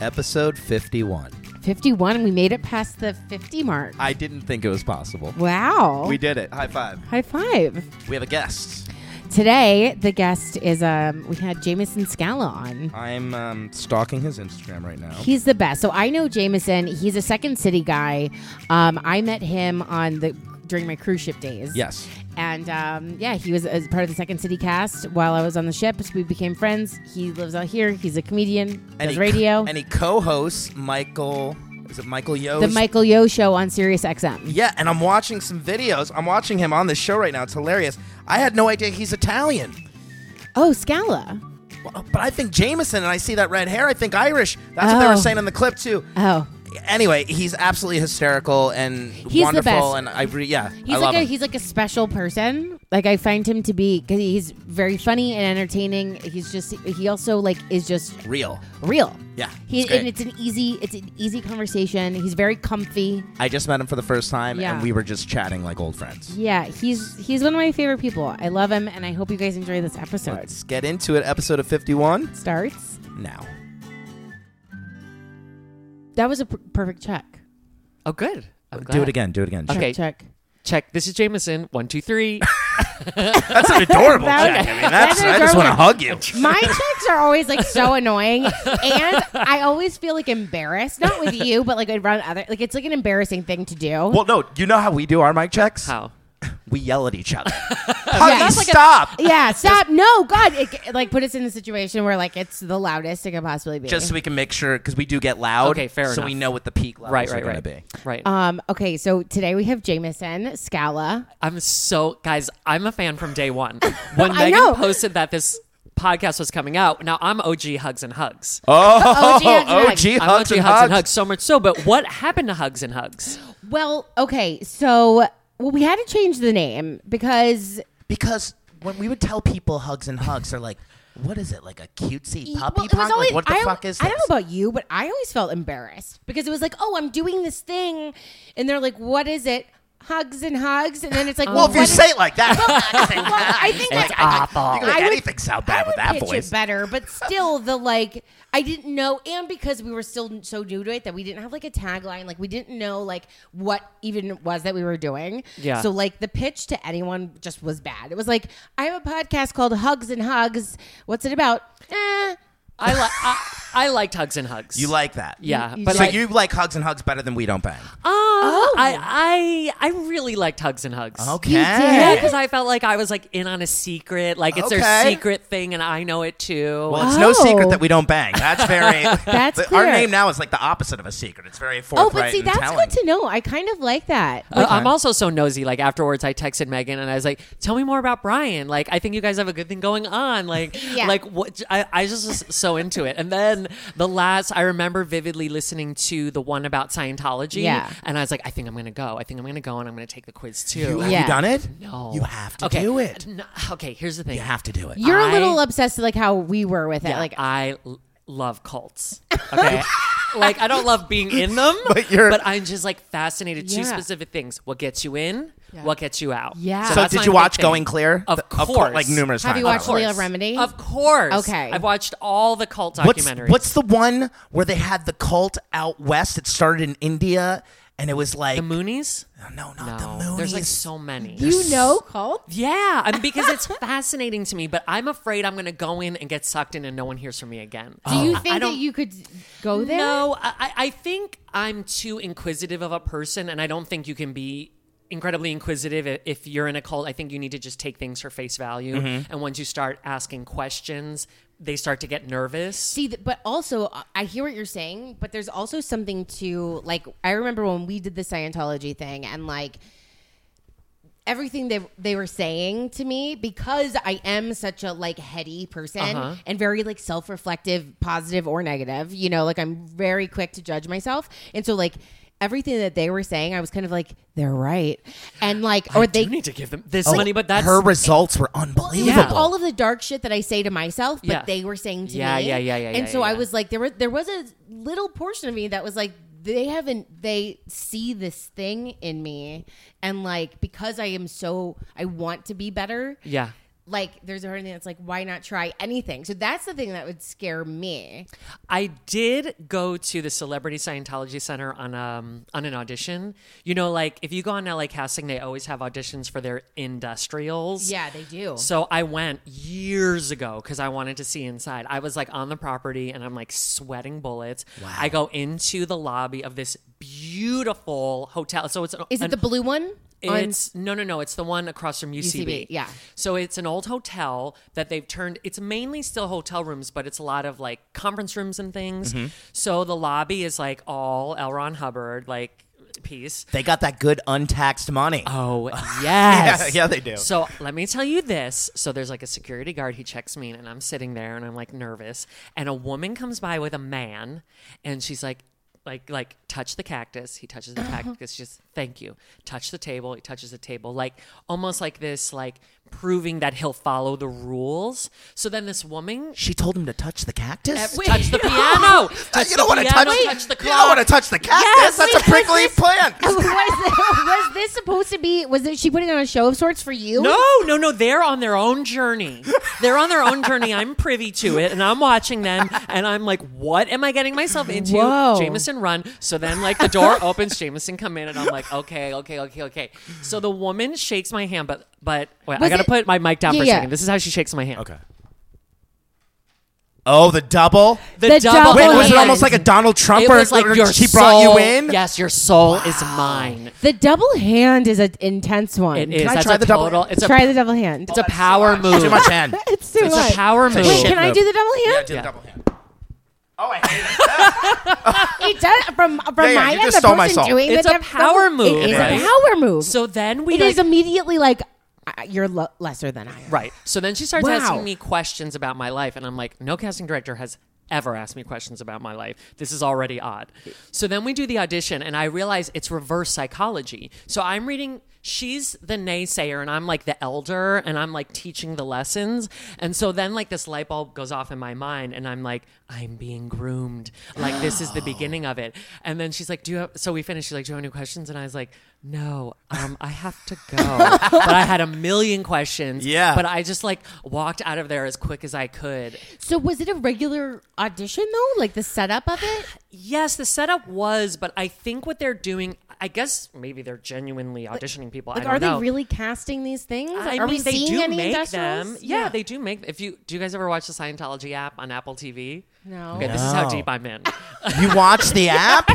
episode 51. 51. We made it past the 50 mark. I didn't think it was possible. Wow. We did it. High five. High five. We have a guest. Today, the guest is, um, we had Jameson Scala on. I'm um, stalking his Instagram right now. He's the best. So I know Jameson. He's a Second City guy. Um, I met him on the during my cruise ship days. Yes. And um, yeah, he was as part of the Second City cast while I was on the ship. So we became friends. He lives out here. He's a comedian. And does he- radio. And he co hosts Michael. Is it Michael Yost? the Michael Yo show on Sirius XM. Yeah, and I'm watching some videos. I'm watching him on this show right now. It's hilarious. I had no idea he's Italian. Oh, Scala. Well, But I think Jameson, and I see that red hair, I think Irish. That's what they Oh. were saying in the clip, too. Oh, Anyway, he's absolutely hysterical and the wonderful. best. And I, re- yeah, he's I like love a him. he's like a special person. Like I find him to be because he's very funny and entertaining. He's just he also like is just real. real. Yeah, He, it's great. and it's an easy it's an easy conversation. He's very comfy. I just met him for the first time, Yeah. and we were just chatting like old friends. Yeah, he's he's one of my favorite people. I love him, and I hope you guys enjoy this episode. Let's get into it. Episode of 51 Starts. now. That was a per- perfect check. Oh, good. I'm Do glad. it again. Do it again. Check, Okay. check. Check. This is Jameson. One, two, three. That's an adorable That- check. I mean, that's, that's I just adorable. want to hug you. My checks are always like so annoying, and I always feel like embarrassed. Not with you, but like around other. Like it's like an embarrassing thing to do. Well, no, you know how we do our mic checks? How? We yell at each other. Huggy, That's like a- stop! Yeah, stop. No, God, it, like put us in a situation where like it's the loudest it could possibly be. just so we can make sure, because we do get loud. Okay, fair So enough. we know what the peak levels Right, are right, going right. Uh, to be. Right. um. Okay, so today we have Jameson Scala. I'm so guys. I'm a fan from day one. When I Megan know. posted that this podcast was coming out, now I'm OG hugs and hugs. Oh, OG hugs and OG hugs. I'm hugs OG and hugs and hugs. hugs so much so. But what happened to hugs and hugs? Well, okay, so well we had to change the name because Because when we would tell people hugs and hugs, they're like, what is it? Like a cutesy puppy E, Well, it was pug? Like, always- what the I, fuck is this? I don't know about you, but I always felt embarrassed because it was like, oh, I'm doing this thing, and they're like, what is it? Hugs and hugs, and then it's like, well, if you what is- say it like that, well, I think that's You can I make would- anything sound I bad would with that pitch voice. it better, but still, the like, I didn't know, and because we were still so new to it that we didn't have like a tagline, like we didn't know like what even it was that we were doing. Yeah. So like the pitch to anyone just was bad. It was like, I have a podcast called Hugs and Hugs. What's it about? Eh. I like. I, I liked hugs and hugs. You like that? Yeah, You- but So like, you like hugs and hugs better than we don't bang? uh, I, I, I really liked hugs and hugs. Okay. Yeah, did? because I felt like I was like in on a secret, like it's their Okay. secret thing, and I know it too. Well, it's no secret Oh. that we don't bang. That's very. That's the- Our clear. name now is like the opposite of a secret. It's very forthright Oh, but see, and that's telling. good to know. I kind of like that. Uh, I'm also so nosy. Like afterwards, I texted Megan and I was like, "Tell me more about Brian. Like, I think you guys have a good thing going on. Like, Yeah. like what? I, I just was so into it. And then the last, I remember vividly listening to the one about Scientology. Yeah. And I was like, I think I'm gonna go. I think I'm gonna go, and I'm gonna take the quiz too. You, have Yeah. you done it? No, You have to okay. do it. No, okay, here's the thing. You have to do it. You're a I- little obsessed with like how we were with it. Yeah, like I l- love cults. Okay. like I don't love being in them, But you're- but I'm just like fascinated. Two Yeah. specific things: what gets you in, Yeah. what gets you out. Yeah. so that's did my you big watch thing. Going Clear? Of The- course. like numerous Have times. you watched Of course. Leah Remedy? Of course. Okay. I've watched all the cult What's, documentaries. what's the one where they had the cult out west? It started in India, and it was like oh, the Moonies? no, not No, the Moonies. there's like so many. you know, Colt. yeah, I mean, because it's fascinating to me, but I'm afraid I'm going to go in and get sucked in and no one hears from me again. Do you Oh, I- I think that don't- you could go there? No, I, I- I think I'm too inquisitive of a person, and I don't think you can be incredibly inquisitive i- if you're in a cult. I think you need to just take things for face value, Mm-hmm. and once you start asking questions, they start to get nervous. See, th- but also uh, I hear what you're saying, but there's also something to like. I remember when we did the Scientology thing, and like everything they they were saying to me because I am such a like heady person and very like self reflective, positive or negative. You know, like I'm very quick to judge myself, and so like everything that they were saying, I was kind of like they're right, and like or I they do need to give them Oh, this money, but that's her results were it unbelievable. was like Yeah. all of the dark shit that I say to myself, but Yeah. they were saying to Yeah, me. yeah, yeah, yeah, And yeah, so I yeah. was like, there was there was a little portion of me that was like, they haven't they see this thing in me, and like because I am so I want to be better. yeah. like there's a whole thing that's like why not try anything so that's the thing that would scare me I did go to the Celebrity Scientology Center on um on an audition. You know, like if you go on LA casting, they always have auditions for their industrials. yeah they do So I went years ago because I wanted to see inside. I was like on the property and I'm like sweating bullets. Wow. I go into the lobby of this beautiful hotel. So it's an, is it an- the blue one On- it's no, no, no. It's the one across from UCB. UCB, yeah. So it's an old hotel that they've turned. It's mainly still hotel rooms, but it's a lot of like conference rooms and things. So the lobby is like all L. Ron Hubbard like piece. They got that good untaxed money. Oh yes, Yeah, yeah, they do. So let me tell you this. So there's like a security guard. He checks me in, and I'm sitting there, and I'm like nervous. And a woman comes by with a man, and she's like, like, like, touch the cactus. He touches the Uh-huh. cactus. Just thank you. Touch the table. He touches the table. Like almost like this, like proving that he'll follow the rules. So then this woman. She told him to touch the cactus. touch the piano. Touch Uh, you the don't want to piano, touch, touch the You don't clock. want to touch the cactus. Yes, That's wait, a prickly plant. was, was this supposed to be was it she putting on a show of sorts for you No, no, no. They're on their own journey. They're on their own journey. I'm privy to it, and I'm watching them, and I'm like, "What am I getting myself into?" Whoa. Jameson, run! So then, like, the door opens. Jameson, come in, and I'm like, "Okay, okay, okay, okay." So the woman shakes my hand, but but wait, I Was gotta it- put my mic down Yeah, for a yeah. second. This is how she shakes my hand. Oh, the double. The double Wait, Oh, was it yeah. almost like a Donald Trump It or, was like or your she brought you soul- in? Yes, your soul is mine. the double hand is an intense one It is. I That's try a the double- total. It's a try the double hand it's a power move. Too much hand. it's too It's much a power move. a wait shit can i move. do the double Yeah, hand do the Yeah. double hand. Oh, I hate it. it does from from Yeah, yeah, my you end just the stole my person soul. doing It's the a dou- power double- move, it is right? a power move So then we it is like, immediately like uh, you're lo- lesser than i am Right. So then she starts Wow. asking me questions about my life, and I'm like, no casting director has ever asked me questions about my life. This is already odd. So then we do the audition, and I realize it's reverse psychology. So I'm reading, she's the naysayer, and I'm like the elder, and I'm like teaching the lessons. And so then, like, this light bulb goes off in my mind, and I'm like, I'm being groomed. Like, this is the beginning of it. And then she's like, Do you have, so we finished, she's like, Do you have any questions? And I was like, No, um, I have to go. but I had a million questions. Yeah. But I just like walked out of there as quick as I could. so was it a regular audition though like the setup of it Yes, the setup was, but I think what they're doing, I guess maybe they're genuinely auditioning people. like I don't are they know. really casting these things I are mean, we they seeing do any make them. industrials? Yeah, they do make. If you do, you guys ever watch the Scientology app on Apple TV? No. Okay, this is how No. deep I'm in. You watch the app?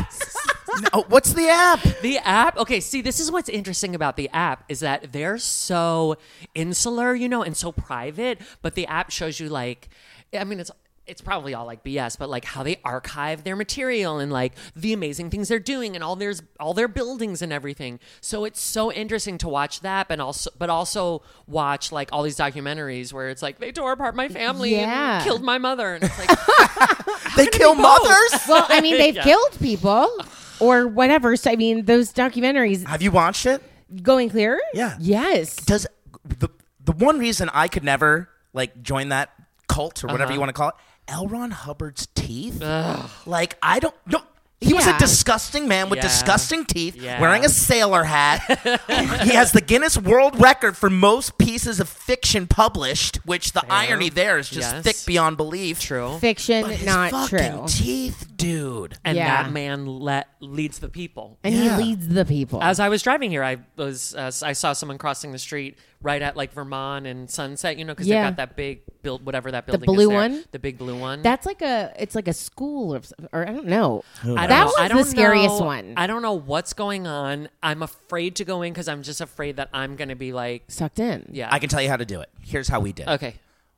No, what's the app? The app. Okay, see, this is what's interesting about the app is that they're so insular, you know, and so private. But the app shows you like, I mean, it's it's probably all like BS, but like how they archive their material and like the amazing things they're doing and all there's all their buildings and everything. So it's so interesting to watch that, and also but also watch like all these documentaries where it's like they tore apart my family Yeah. and killed my mother, and it's like They kill mothers? well i mean they've killed people or whatever so i mean those documentaries Have you watched it? going clear Yeah. yes Does the the one reason I could never like join that cult or Uh-huh. whatever you want to call it, L. Ron Hubbard's teeth? Like I don't no he was Yeah. a disgusting man with Yeah. disgusting teeth, Yeah. wearing a sailor hat. he has the Guinness World Record for most pieces of fiction published, which the irony there is just Yes. thick beyond belief. true. fiction But his not fucking true teeth, dude. And Yeah. that man let leads the people. and Yeah. he leads the people As I was driving here, I was uh, I saw someone crossing the street right at like Vermont and Sunset, you know, because Yeah. they got that big build, whatever that building. blue is there, one? the big blue Mm-hmm. one. That's like a it's like a school or, or I don't know. I don't that know. was I don't the scariest know- one. I don't know what's going on. I'm afraid to go in because I'm just afraid that I'm going to be like, Sucked in. yeah, I can tell you how to do it. Here's how we did. it. okay,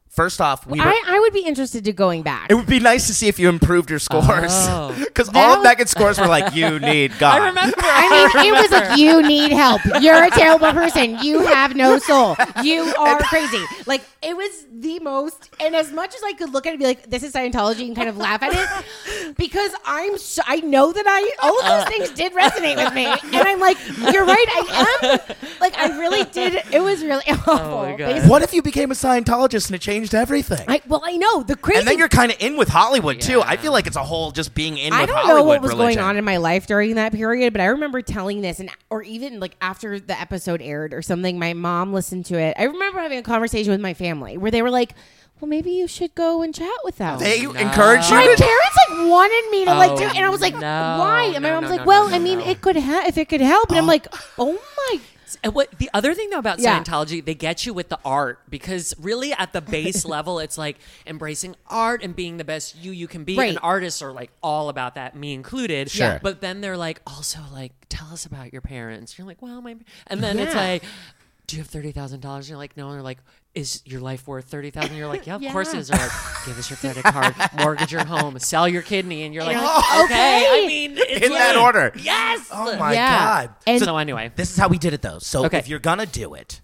First off, we were, I, I would be interested to going back. it would be nice to see if you improved your scores Oh. because all That of Megan's scores were like, "You need God." I remember. I mean, it was like you need help. You're a terrible person. You have no soul. You are crazy. Like It was the most, and as much as I could look at it and be like, this is Scientology and kind of laugh at it, because I'm, so, I know that I, all of Uh. those things did resonate with me. And I'm like, you're right, I am. Like, I really did. It was really Oh awful. God. basically. What if you became a Scientologist and it changed everything? I, well, I know. The crazy and then you're kind of in with Hollywood too. I feel like it's a whole just being in I with don't Hollywood know what was religion. going on in my life during that period, but I remember telling this, and or even like after the episode aired or something, my mom listened to it. I remember having a conversation with my family where they were like, "Well, maybe you should go and chat with them." they encourage my you to parents like wanted me to like Oh, do, it, and I was like, no. "Why?" And my No, mom's no, like, no, "Well, no, I mean, no. it could ha- if it could help," and I'm like, "Oh my." And what the other thing though about Yeah. Scientology, they get you with the art because really at the base level, it's like embracing art and being the best you you can be. Right. And artists are like all about that, me included. Sure. But then they're like also like, tell us about your parents. You're like, well, my, and then it's Yeah. like. Do you have thirty thousand dollars? You're like, no. And they're like, is your life worth thirty thousand? You're like, yeah, of course it Yeah. is. They're like, give us your credit card, mortgage your home, sell your kidney, and you're like, Oh, okay. okay. I mean, it's in that like- order. Yes. Oh my Yeah. god! And- So anyway. this is how we did it though. So Okay. if you're gonna do it,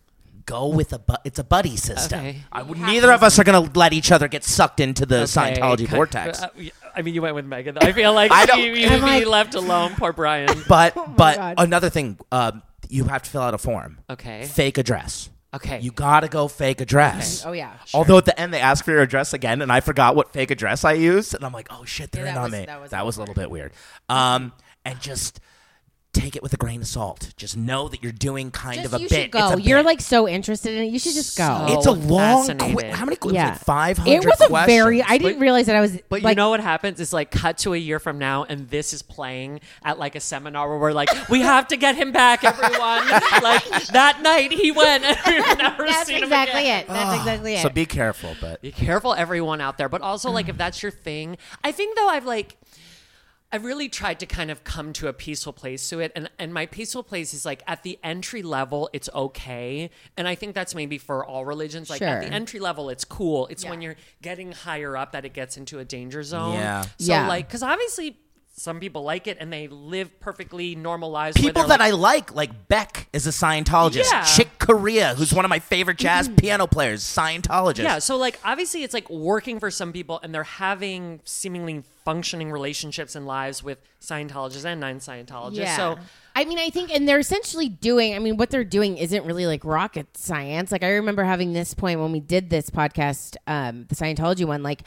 go with a bu- it's a buddy system. Okay. I would, neither of us are gonna let each other get sucked into the Okay, Scientology cut. vortex. Uh, I mean, you went with Megan. though. I feel like I I don't- you, you I'm would be like- left alone. Poor Brian. But but Oh God. another thing, um, you have to fill out a form. Okay. Fake address. Okay. You gotta go fake address. Oh yeah. Although at the end they ask for your address again, and I forgot what fake address I used, and I'm like, oh shit, they're Yeah, in that on was- me. that was a little bit weird. Um, and just take it with a grain of salt. Just know that you're doing kind Just, of a you bit. should go. It's a You're bit. like so interested in it. You should just go. So it's a Oh, long. Qu- fascinated. how many? Qu- Yeah. like five hundred. it was a questions. very. I didn't realize that I was. But you like, know what happens? It's like cut to a year from now, and this is playing at like a seminar where we're like, we have to get him back, everyone. like that night he went, and we've never That's seen him exactly again. it. That's exactly it. So be careful, but Be careful, everyone out there. But also, like, if that's your thing, I think though I've like, I've really tried to kind of come to a peaceful place to it, and and my peaceful place is like at the entry level, it's okay, and I think that's maybe for all religions. Like at Sure. the entry level, it's cool. It's when Yeah. you're getting higher up that it gets into a danger zone. Yeah. So Yeah. like, because obviously. Some people like it and they live perfectly normalized. people that I like, like Beck, is a Scientologist. Yeah. Mm-hmm. Chick Corea, who's one of my favorite jazz piano players, Scientologist. Yeah, so like obviously it's like working for some people and they're having seemingly functioning relationships and lives with Scientologists and non Scientologists. So I mean, I think, and they're essentially doing. I mean, what they're doing isn't really like rocket science. Like I remember having this point when we did this podcast, um, the Scientology one. Like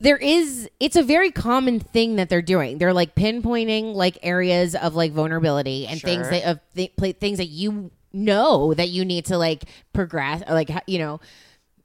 there is, it's a very common thing that they're doing. They're like pinpointing like areas of like vulnerability and things Sure. that of th- pla things that you know that you need to like progress, or, like ha- you know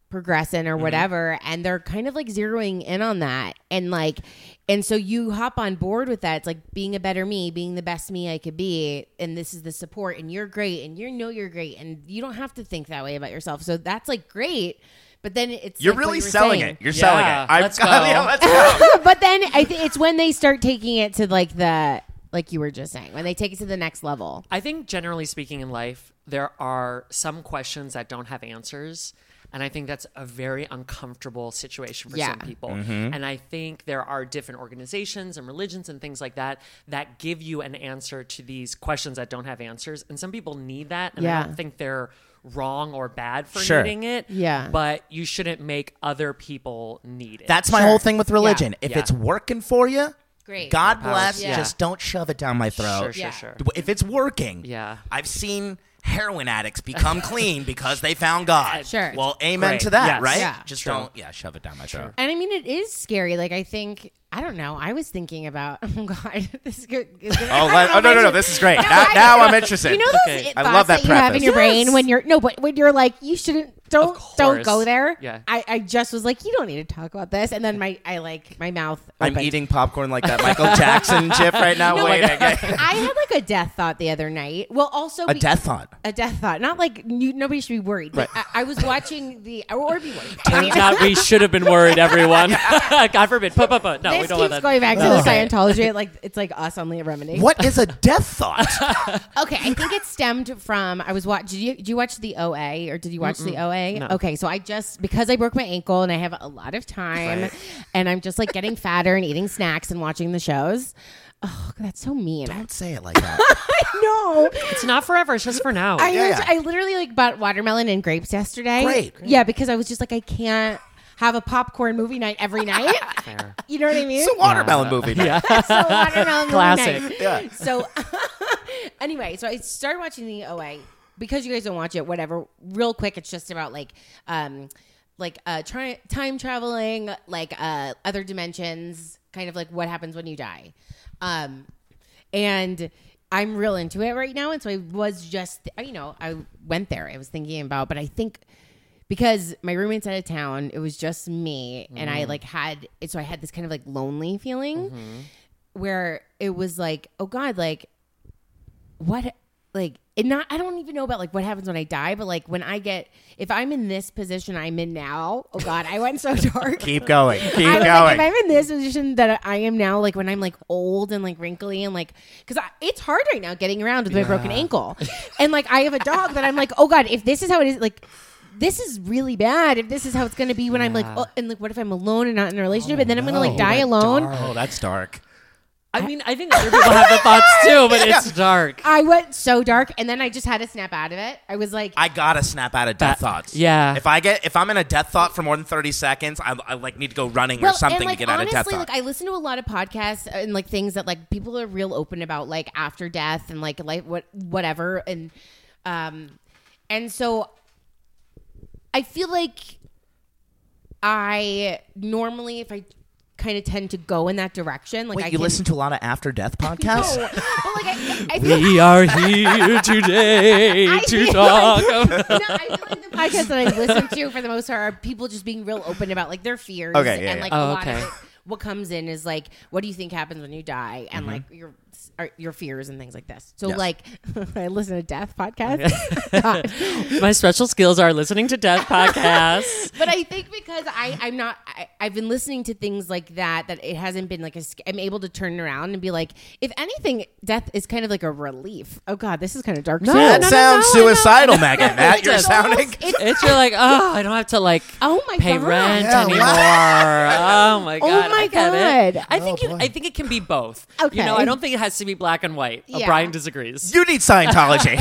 progressing Mm-hmm. or whatever and they're kind of like zeroing in on that and like and so you hop on board with that it's like being a better me being the best me i could be and this is the support and you're great and you know you're great and you don't have to think that way about yourself so that's like great but then it's You're like what really you were selling saying. it. You're Yeah, selling it. I've let's got- go. Yeah, let's go. but then I th- it's when they start taking it to like the like you were just saying when they take it to the next level I think generally speaking in life, there are some questions that don't have answers. And I think that's a very uncomfortable situation for some Yeah. people. Mm-hmm. And I think there are different organizations and religions and things like that that give you an answer to these questions that don't have answers. And some people need that. And I Yeah. don't think they're wrong or bad for Sure. needing it. Yeah. But you shouldn't make other people need it. That's my whole thing with religion. If Yeah. it's working for you, Great. God More power. bless. Yeah. Just don't shove it down my sure, throat. sure, Yeah. sure. If it's working, Yeah. I've seen heroin addicts become clean because they found God. Sure. Well, amen Great. to that, Yes. right? Yeah. Just True. don't, yeah, shove it down my throat. And I mean, it is scary. Like, I think, I don't know. I was thinking about, oh God, this is good. is gonna- Oh, I don't let- oh, no, no, no. mention- This is great. No, Now, I- now I'm interested. You know those Okay. i- I thoughts love that that, you have in preface. your brain Yes. when you're, no, but when you're like, you shouldn't, don't, don't course. go there. Yeah. I, I just was like, you don't need to talk about this. And then my, I like, my mouth. I'm opened. eating popcorn like that Michael Jackson gif right now. Wait a minute. I had like a death thought the other night. Well, also, A be- death thought. a death thought. Not like you, nobody should be worried. But I, I was watching the, or be worried. Turns out we should have been worried, everyone. God forbid. Put, put, put. No, They we just don't want keeps that. going back to No. the Okay. Scientology. It, Like it's like us on Leah Remini. What is a death thought? Okay, I think it stemmed from I was watch. Did you, did you watch the OA or did you watch the OA? no. Okay, so I just because I broke my ankle and I have a lot of time, Right. and I'm just like getting fatter and eating snacks and watching the shows. Oh, that's so mean. Don't say it like that. No, It's not forever. It's just for now. I Yeah, yeah. I literally like bought watermelon and grapes yesterday. Great. Yeah, because I was just like I can't have a popcorn movie night every night. you know what I mean? It's a watermelon movie. night. so watermelon Classic. Classic. Yeah. So anyway, so I started watching the OA because you guys don't watch it. Whatever. Real quick, it's just about like, um, like uh, tri- time traveling, like uh, other dimensions, kind of like what happens when you die, um, and. I'm real into it right now, and so I was just, you know, I went there. I was thinking about, but I think because my roommate's out of town, it was just me, and I like had, so I had this kind of like lonely feeling where it was like, oh God, like what like it not I don't even know about like what happens when I die, but like when I get if I'm in this position I'm in now, oh God, I went so dark. Keep going. Keep I was like, going. if I'm in this position that I am now, like when I'm like old and like wrinkly and like, because it's hard right now getting around with my broken ankle, and like I have a dog that I'm like, oh god, if this is how it is, like. This is really bad. If this is how it's going to be when I'm like, oh, and like, what if I'm alone and not in a relationship, and then I'm going to like die alone? oh, that's dark. I mean, I think other people have the thoughts too, but it's dark. I went so dark, and then I just had to snap out of it. I was like, I gotta snap out of death That- thoughts. yeah. If I get if I'm in a death thought for more than thirty seconds, I, I like need to go running or something to get out of death honestly, thought. like I listen to a lot of podcasts and like things that like people are real open about, like after death and like like what whatever, and um, and so I feel like I normally if I kind of tend to go in that direction, like Wait, I you can- listen to a lot of after death No, podcasts? but like I, I feel We are here today I to feel talk. no, I feel like the podcasts that I listen to for the most part are people just being real open about like their fears. Okay, yeah, and yeah. like Oh, a lot okay. of it, what comes in is like, what do you think happens when you die, and like your are- your fears and things like this. So Mm-hmm. Yes. like, I listen to death podcasts. Not. My special skills are listening to death podcasts. but I think because I I'm not I, I've been listening to things like that that it hasn't been like a, sc- I'm able to turn around and be like if anything death is kind of like a relief. Oh God, this is kind of dark. no, that no, no, sounds no, no. suicidal, Megan. Matt, you're It's sounding. almost- it's- It's you're like, oh, I don't have to like oh my pay God. rent Yeah, anymore. Oh my god. my I get it. God. I think Oh, you, boy. I think it can be both. Okay. You know, I don't think it has to be black and white. Yeah. O'Brien disagrees. You need Scientology.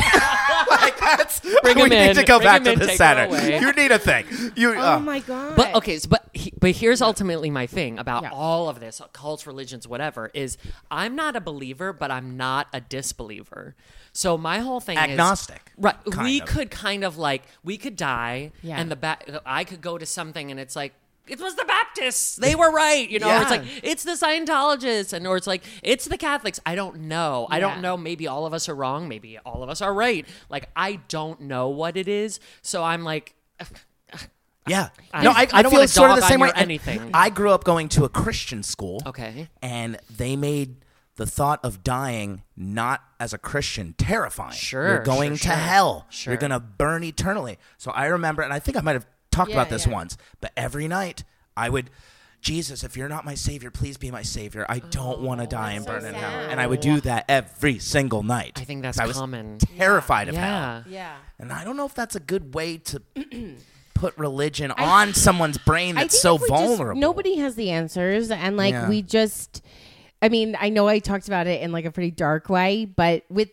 like that's Bring we him need in. to go Bring back him to in, the take him center. away. You need a thing. You. Oh uh, my god! But okay, so, but he, but here's ultimately my thing about Yeah. all of this uh, cults, religions, whatever is I'm not a believer, but I'm not a disbeliever. So my whole thing Agnostic, is right. kind we of. could kind of like we could die, Yeah. and the ba- uh, I could go to something, and it's like. It was the Baptists. They were right. You know, Yeah. it's like it's the Scientologists, and or it's like it's the Catholics. I don't know. I Yeah. don't know. Maybe all of us are wrong. Maybe all of us are right. Like I don't know what it is. So I'm like, Yeah. I- no, I I, don't I, feel wanna sort of dog the same on way. your anything. I grew up going to a Christian school. Okay. And they made the thought of dying not as a Christian terrifying. Sure, You're going sure, to sure. hell. Sure. You're going to burn eternally. So I remember, and I think I might have talked Yeah, about this yeah. once, but every night I would. Jesus, if you're not my savior, please be my savior. I don't want Oh, to die and so burn in hell. sad. And I would do that every single night. I think that's I was common. terrified of hell. yeah. yeah, And I don't know if that's a good way to put religion on someone's brain I that's think so if we just- vulnerable. nobody has the answers, and like Yeah. we just, I mean, I know I talked about it in like a pretty dark way, but with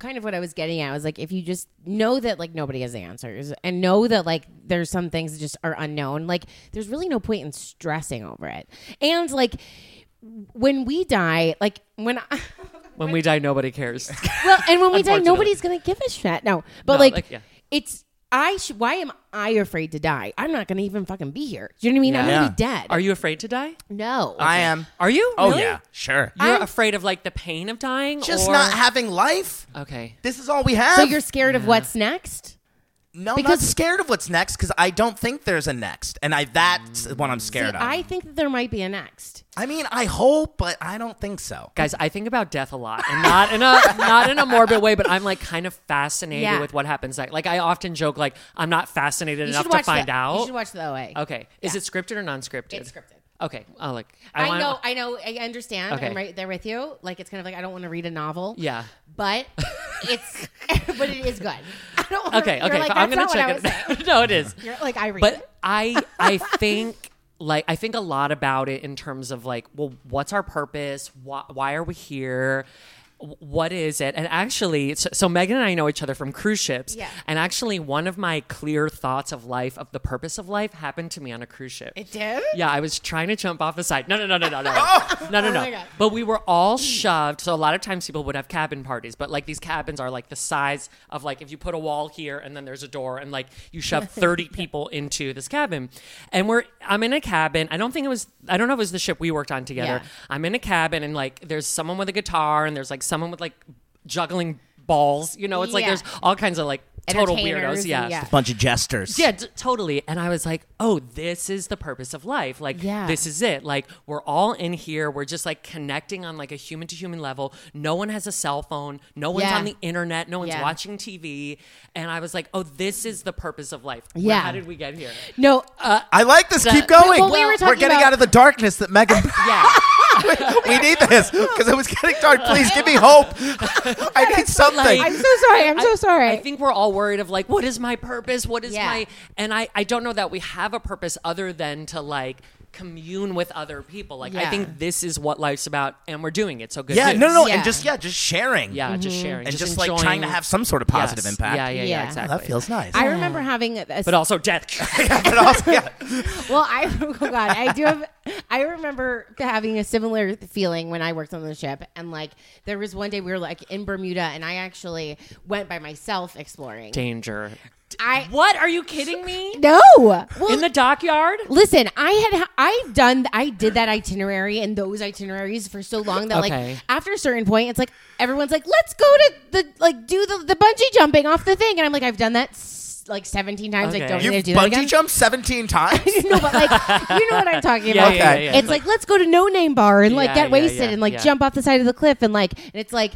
kind of what I was getting at was like if you just know that like nobody has the answers, and know that like there's some things that just are unknown. Like there's really no point in stressing over it, and like when we die, like when. I, When we die, nobody cares. well, and when we die, Unfortunately. nobody's gonna give a shit. No, but No, like, like, yeah. it's I. Sh- why am I afraid to die? I'm not gonna even fucking be here. Do you know what I mean? I'm Yeah. gonna be dead. Are you afraid to die? no, I am. Are you? Oh Really? yeah, sure. You're I'm- afraid of like the pain of dying? Just or... not having life. Okay. This is all we have. so you're scared of what's next? no, I'm not because- scared of what's next because I don't think there's a next, and I that's what I'm See, scared of. I think that there might be a next. I mean, I hope, but I don't think so. Guys, I think about death a lot, and not in a not in a morbid way, but I'm like kind of fascinated Yeah. with what happens. Like, like I often joke, like I'm not fascinated You enough should to watch find the, out. You should watch the OA. okay, is it scripted or non-scripted? It's scripted. Okay, I'll look. I, wanna- know, I know, I understand. Okay. I'm right there with you. Like it's kind of like I don't want to read a novel. Yeah. but it's but it is good. I don't. Wanna, Okay. you're Okay. like, but I'm "That's not gonna what I was check saying." it. no, it is. You're like I read. But I I think like I think a lot about it in terms of like, well, what's our purpose? Why, why are we here? Wh- What is it? And actually, so, so Megan and I know each other from cruise ships. Yeah. And actually, one of my clear thoughts of life, of the purpose of life, happened to me on a cruise ship. it did. Yeah, I was trying to jump off the side. No, no, no, no, no, no, no, no, no. Oh my God. But we were Hmm. all shoved. So a lot of times people would have cabin parties, but like these cabins are like the size of like if you put a wall here and then there's a door and like you shove thirty people into this cabin, and we're I'm in a cabin. I don't think it was. I don't know if it was the ship we worked on together. Yeah. I'm in a cabin and like there's someone with a guitar and there's like someone with like juggling balls. You know, it's like Yeah. there's all kinds of like total Entertainers weirdos. and- yeah. yeah. bunch of jesters. Yeah, t- totally. And I was like, oh, this is the purpose of life. Like, Yeah. this is it. Like, we're all in here. We're just like connecting on like a human to human level. No one has a cell phone. No one's Yeah. on the internet. No one's Yeah. watching TV. And I was like, oh, this is the purpose of life. Where- Yeah. how did we get here? No, uh, I like this. Keep Well, going. well, we were are talking getting about- out of the darkness that Megan. Yeah. we need this because it was getting dark. Please give me hope. I need something. I'm so sorry. I'm so sorry. I think we're all worried of like, what is my purpose? What is Yeah. my and I, I don't know that we have a purpose other than to like commune with other people. Like I Yeah. think this is what life's about and we're doing it. So good. yeah, news. no, no, no, Yeah. and just yeah, just sharing. Yeah, just sharing. and just, like trying to enjoying- have some sort of positive Yes. impact. Yeah, yeah, yeah, Mm-hmm. Yeah. exactly. that feels nice. I remember having a, a but also death. But also, yeah. well, I oh god, I do have. I remember having a similar feeling when I worked on the ship, and like there was one day we were like in Bermuda, and I actually went by myself exploring. Danger. I What? Are you kidding me? no. Well, In the dockyard? Listen, I had I done I did that itinerary and those itineraries for so long that Okay. like after a certain point it's like everyone's like let's go to the like do the, the bungee jumping off the thing and I'm like I've done that s- like 17 times Okay. like don't You've really do that again. bungee jumped 17 times? no, but like you know what I'm talking Yeah, about. yeah, yeah, yeah. It's like, let's go to No Name Bar and like Yeah, get yeah, wasted yeah, and like yeah. jump off the side of the cliff and like and it's like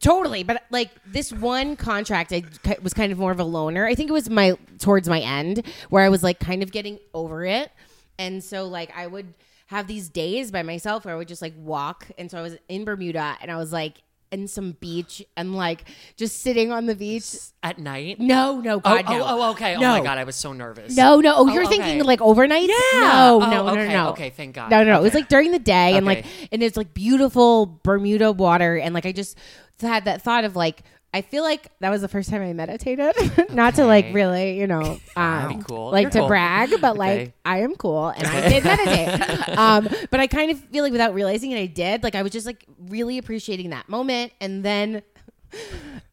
totally. But like this one contract, I ki- was kind of more of a loner. I think it was my towards my end where I was like kind of getting over it, and so like I would have these days by myself where I would just like walk. And so I was in Bermuda and I was like in some beach and like just sitting on the beach. At night? No, no, God, oh, no. oh, okay. No. Oh my god, I was so nervous. No, no. Oh, you're okay. thinking like overnight? Yeah. No, no, Oh, no, okay, no, no. okay, thank God. No, no, no. It was Okay. like during the day and like, Okay. and it's like beautiful Bermuda water. And like, I just had that thought of like, I feel like that was the first time I meditated. Not to like Okay. really, you know, That'd um, be cool. like You're to cool. brag, but Okay. like I am cool and I did meditate. um, but I kind of feel like without realizing it, I did. Like I was just like really appreciating that moment. And then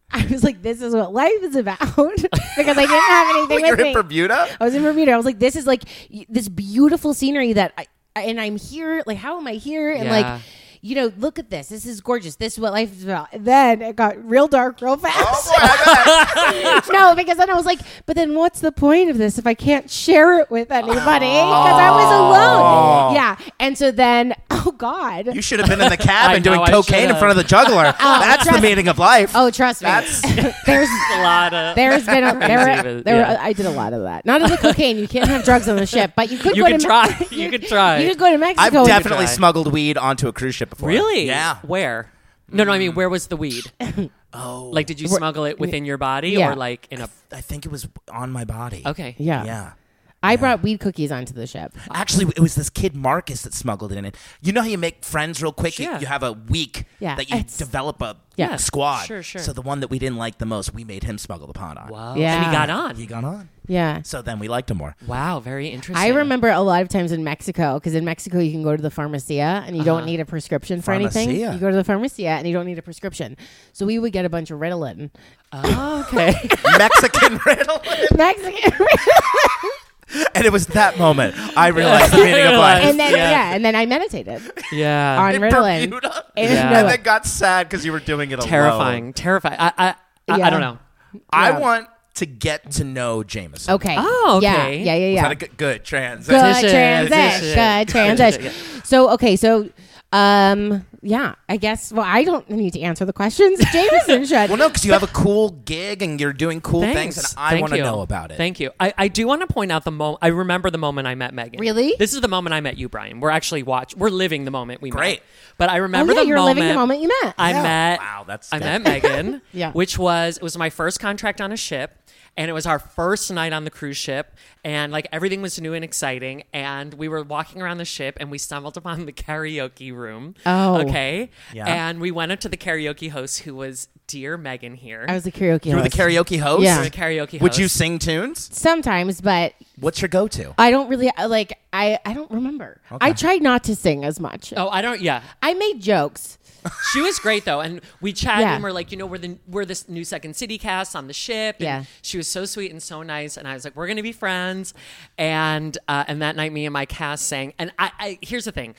I was like, this is what life is about because I didn't have anything You're with in me. Bermuda? I was in Bermuda. I was like, this is like y- this beautiful scenery that I, I and I'm here. Like, how am I here? And Yeah. like, you know, look at this. This is gorgeous. This is what life is about. And then it got real dark real Oh, fast. boy, I bet. no, because then I was like, but then what's the point of this if I can't share it with anybody? Because I was Oh. alone. Yeah. And so then, oh God. You should have been in the I cabin know, doing I cocaine in should've. front of the juggler. That's the trust- meaning of life. oh, trust me. That's- There's. A lot of There's been a, there, Even, were, there yeah. were, I did a lot of that. Not as a cocaine. You can't have drugs on the ship, but you could You go could to try. Me- You could try. You could go to I've Mexico. and- definitely guy. smuggled weed onto a cruise ship before. Really? Yeah. Mm. Where? No, no, I mean where was the weed? oh. Like did you smuggle it within your body Yeah. or like in a I think it was on my body. Okay. Yeah. Yeah. I brought weed cookies onto the ship. Actually, it was this kid Marcus that smuggled it in. You know how you make friends real quick? You- Yeah. You, have a week Yeah. that you It's- develop a Yeah. squad. Sure, sure. So the one that we didn't like the most, we made him smuggle the pot on. Wow. Yeah. Oh. And he got on. He got on. Yeah. So then we liked him more. Wow, very interesting. I remember a lot of times in Mexico because in Mexico you can go to the farmacia and you Uh-huh. don't need a prescription for anything. Farmacia. You go to the farmacia and you don't need a prescription. So we would get a bunch of Ritalin. Oh, okay. Mexican riddle. Mexican And it was that moment I realized the meaning of life. and then Yeah. yeah. and then I meditated yeah. on In Ritalin. Bermuda. And, Yeah. no, And then got sad because you were doing it alone. terrifying. Terrifying. I I, I, I Yeah. don't know. I Yeah. want to get to know Jameson. okay. Oh, Yeah, okay. yeah, yeah, Is yeah. that a good, good transition? Good Transition, transition. transition. Good transition. So okay, so um Yeah, I guess. Well, I don't need to answer the questions. Jameson should. Well, no, because you have a cool gig and you're doing cool Thanks. things, and I Thank want to you. know about it. Thank you. I, I do want to point out the moment. I remember the moment I met Megan. Really? This is the moment I met you, Brian. We're actually watch. We're living the moment we Great. met. But I remember Oh, yeah, the you were moment. living the moment you met. I Yeah. met. Wow, that's- I met that's- Megan. Yeah. Which was it was my first contract on a ship, and it was our first night on the cruise ship, and like everything was new and exciting, and we were walking around the ship, and we stumbled upon the karaoke room. Oh. Okay. Yeah. And we went up to the karaoke host, who was dear Megan here. I was a karaoke. You were the karaoke host. Yeah. the karaoke. Would you host. sing tunes? sometimes, but What's your go-to? I don't really I- like. I I don't remember. I tried not to sing as much. Oh, I don't. Yeah. I made jokes. she was great though, and we chatted Yeah. and we're like, you know, we're the we're this new Second City cast on the ship. And Yeah. she was so sweet and so nice, and I was like, we're gonna be friends. And uh, and that night, me and my cast sang. And I, I here's the thing.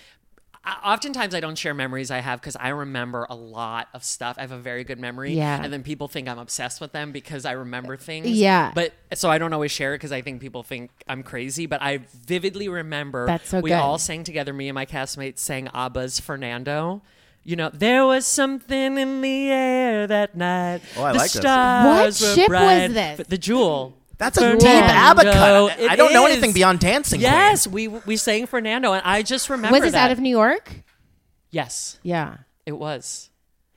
I, oftentimes, I don't share memories I have because I remember a lot of stuff. I have a very good memory, Yeah. And then people think I'm obsessed with them because I remember things, Yeah. But so I don't always share it because I think people think I'm crazy. But I vividly remember That's so we good. all sang together. Me and my castmates sang ABBA's "Fernando." You know, there was something in the air that night. Oh, I the like this. stars What were ship was bright, this? but The Jewel. That's a Fernando. deep ABBA cut. It I don't know is. anything beyond dancing. Queen. Yes, we we sang Fernando, and I just remember Was this that. out of New York? yes, Yeah. it was.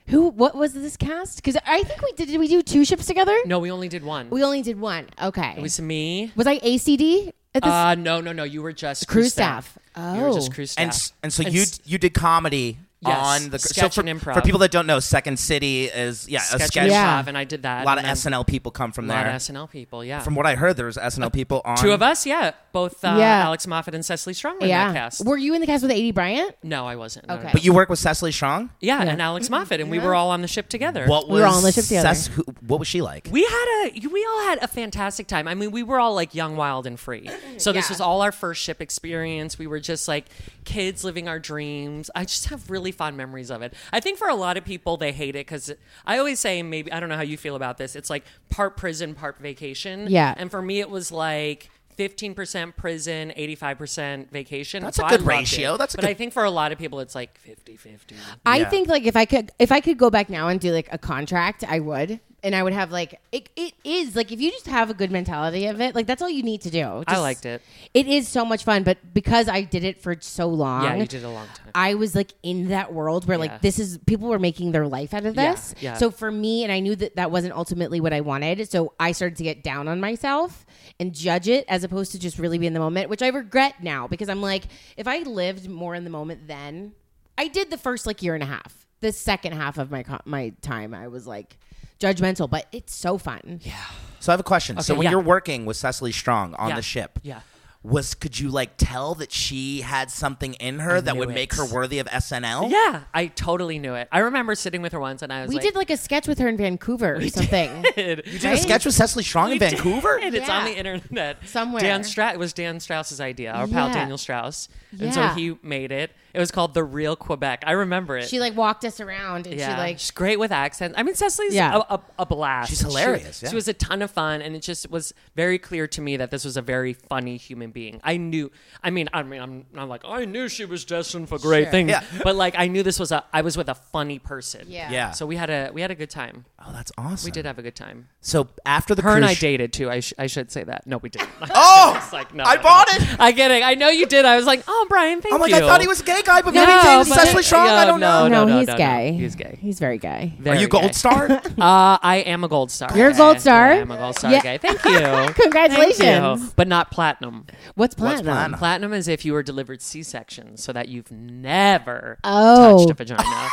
Who? What was this cast? Because I think we did. Did we do two ships together? No, we only did one. We only did one. Okay. it Was, was me. I ACD at this? Uh, no, no, no. You were just Crew crew staff. You were Oh. just crew staff. And s- and so uh, And you s- you did comedy Yes, on the sketch so for, and improv. for people that don't know, Second City is yeah a sketch sketch. and Yeah. improv, and I did that. A lot of and then SNL people come from A lot there. of SNL people. Yeah. From what I heard, there was SNL people on. Uh, Two of us, yeah. Both uh, Yeah. Alex Moffat and Cecily Strong were yeah. in that cast. Were you in the cast with AD Bryant? no, I wasn't. No, no, Okay. no. But you work with Cecily Strong. yeah, and Alex Moffat, and we were all on the ship together. What was We were all on the ship together. Cec- who, what was she like? we had a we all had a fantastic time. I mean, we were all like young, wild, and free. So this Yeah. was all our first ship experience. We were just like kids living our dreams. I just have really fond memories of it. I think for a lot of people, they hate it because I always say maybe I don't know how you feel about this. It's like part prison, part vacation. Yeah. and for me, it was like. 15% prison, 85% vacation. That's So a I good loved it. ratio. That's a But good- I think for a lot of people it's like 50-50. I Yeah. think like if I could if I could go back now and do like a contract, I would. And I would have like it, it is like if you just have a good mentality of it, like that's all you need to do. I Just- liked it. It is so much fun, but because I did it for so long. Yeah, you did it a long time. I was like in that world where Yeah. like this is people were making their life out of Yeah, this. yeah. So for me, and I knew that that wasn't ultimately what I wanted. So I started to get down on myself and judge it as opposed to just really be in the moment, which I regret now because I'm like, if I lived more in the moment then, I did the first like year and a half. The second half of my co- my time, I was like judgmental, but it's so fun. Yeah. So I have a question. so Okay, when yeah. you're working with Cecily Strong on Yeah. the ship, Yeah. was could you like tell that she had something in her that knew would it. make her worthy of SNL? Yeah, I totally knew it. I remember sitting with her once and I was We like, did like a sketch with her in Vancouver or something. You did a sketch with Cecily Strong in Vancouver. And it's on Yeah. the internet Somewhere. Dan Stra- it was Dan Strauss's idea, our pal Yeah. Daniel Strauss, and so Yeah. he made it. It was called The Real Quebec. I remember it. She like walked us around and yeah, she like she's great with accents. I mean, Cecily's Yeah. a, a, a blast. She's She- hilarious, She, yeah. was a ton of fun, and it just was very clear to me that this was a very funny human being. I knew. I mean, I mean, I'm, I'm like, I knew she was destined for great Sure. things, Yeah. but like, I knew this was a. I was with a funny person. Yeah. Yeah. So we had a we had a good time. Oh, that's awesome. We did have a good time. So after the Her and cruise I sh- dated too. I, sh- I should say that. No, we didn't. Oh, It's like, no, I no, no. bought it. I get it. I know you did. I was like, oh, Brian, thank I'm like, you. I thought he was a gay guy, but No, maybe he dated but- Cecily Strong. I no, don't know. no, No, no, he's no, no. gay. He's gay. He's very gay. Are Very you Gold gay. Star? Uh, I am a gold star. You're a gay. gold star? Yeah, I'm a gold star. Yeah. Gay. Thank you. Congratulations. Thank you. But not platinum. What's platinum? platinum? Platinum is if you were delivered C-section, so that you've never Oh. touched a vagina.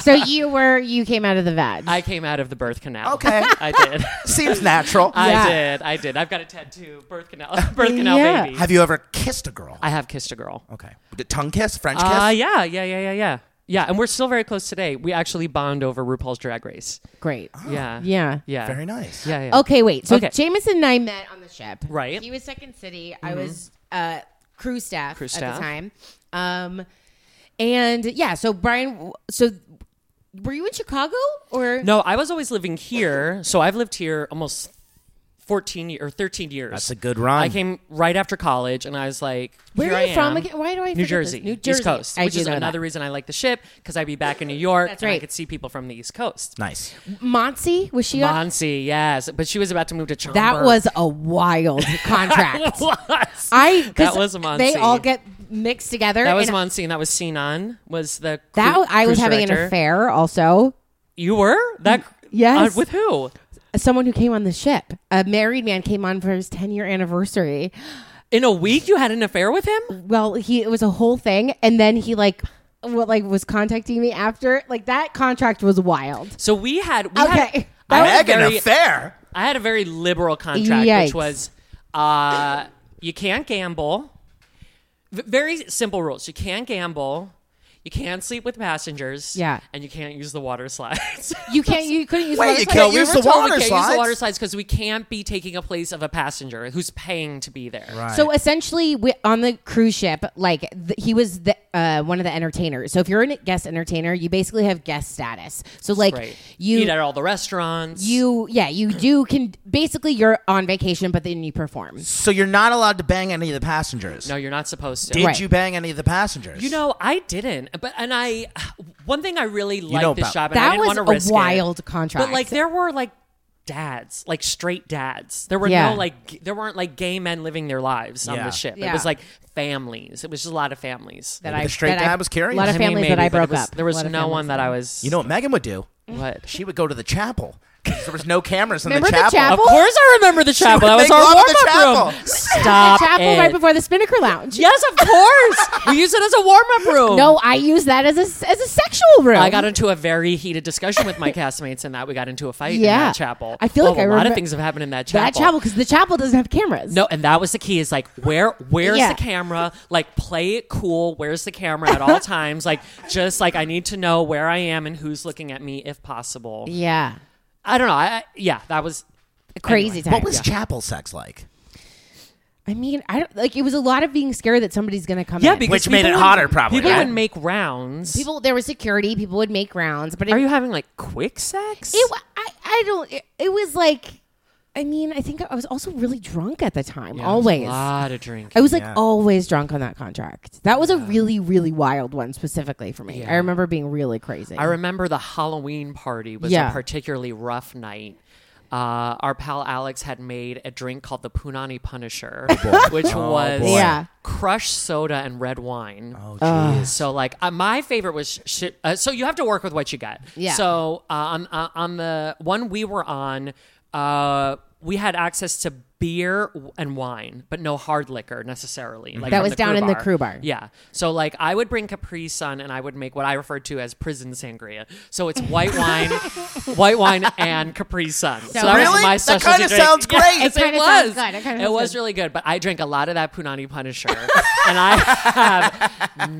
so you were you came out of the veg. I came out of the birth canal. Okay. I did. Seems natural. Yeah. I did. I did. I've got a tattoo. Birth canal. Birth canal Yeah. baby. Have you ever kissed a girl? I have kissed a girl. Oh. okay. The tongue kiss, French kiss. Uh, yeah, yeah, yeah, yeah, yeah. Yeah, and we're still very close today. We actually bond over RuPaul's Drag Race. Great. Yeah. Yeah. Ah. Yeah. Very nice. Yeah, yeah. Okay, wait. So Okay. Jameson and I met on the ship. Right. Mm-hmm. He was second city. I was uh crew staff, Crew at staff. the time. Um and yeah, so Brian w- so were you in Chicago or No, I was always living here, so I've lived here almost 14 or 13 years. That's a good run. I came right after college and I was like, Where here are you I from am. again? Why do I New forget Jersey. this? New East Jersey. Coast, I which do is know that. another reason I like the ship because I'd be back in New York That's and I right. could see people from the East Coast. nice. Monsey was she? on? Monsi, yes. But she was about to move to Chomberg. That was a wild contract. was. I 'cause That was Monsi. They all get mixed together. That was and Monsi and that was Sinan was the cru- that I was cruise having an director. affair. Also, You were? That yes. uh, with who? someone who came on the ship, a married man came on for his ten year anniversary. In a week you had an affair with him? Well, he it was a whole thing, and then he like what like was contacting me after like that contract was wild. So we had we Okay, had That was- Meg Meg an very- affair. I had a very liberal contract, Yikes. which was uh, you can't gamble. V- very simple rules. You can't gamble. You can't sleep with passengers. Yeah. And you can't use the water slides. you can't you couldn't use Wait, the you website? can't we use were the told water we can't use slides? the water slides because we can't be taking a place of a passenger who's paying to be there. Right. So essentially, wi- on the cruise ship, like th- he was the, uh, one of the entertainers. So if you're a guest entertainer, you basically have guest status. So like Right. you, eat at all the restaurants. you, yeah, you do can basically you're on vacation, but then you perform. So you're not allowed to bang any of the passengers. no, you're not supposed to. Did Right. you bang any of the passengers? You know, I didn't. But and I, one thing I really liked know this about- job, and I That didn't was want to risk a it. wild contract. But like there were like dads, like straight dads. There were Yeah. no like g- there weren't like gay men living their lives on Yeah. the ship. Yeah. It was like families. It was just a lot of families. that the straight that dad was curious. A lot of I mean, families that maybe, I but it broke was- up. There A was lot of no one families that I was. You know what Megan would do? what? She would go to the chapel. 'Cause There was no cameras in Remember the the chapel? Of course, I remember the chapel. That was make our love in the warm up room. chapel. The Stop chapel it. right before the Spinnaker Lounge. Yes, of course. we use it as a warm up room. No, I use that as a as a sexual room. I got into a very heated discussion with my castmates in that. We got into a fight Yeah. in that chapel. I feel Oh, like I a lot remem- of things have happened in that chapel. that chapel because the chapel doesn't have cameras. No, and that was the key is like where where's Yeah. the camera? Like play it cool. Where's the camera at all times? Like just like I need to know where I am and who's looking at me if possible. Yeah. I don't know. I, I yeah, that was Crazy Anyway, time. What was chapel sex like? I mean, I don't like. It was a lot of being scared that somebody's going to come. yeah, in. because Which made people it would- hotter, probably, People right? would make rounds. People people there was security. People would make rounds, but it, are you having like quick sex? it wa- I, I don't. It, it was like, I mean, I think I was also really drunk at the time. Yeah, it was always, a lot of drinking. I was like Yeah. always drunk on that contract. That was a really, really wild one specifically for me. I Yeah. remember being really crazy. I remember the Halloween party was Yeah. a particularly rough night. Uh, our pal Alex had made a drink called the Punani Punisher, which Oh, was boy. Yeah. crushed soda and red wine. Oh, So like uh, my favorite was sh- sh- uh, so you have to work with what you got. Yeah. So uh, on uh, on the one we were on, uh, we had access to beer w- and wine, but no hard liquor necessarily. Like That from was down in the bar. crew bar. Yeah. So like I would bring Capri Sun and I would make what I referred to as prison sangria. So it's white wine, white wine and Capri Sun. So, that Really? was my That specialty kinda drink. sounds Yes, great. It it, kinda sounds was. good. It kinda it sounds was good. really good, but I drank a lot of that Punani Punisher, and I have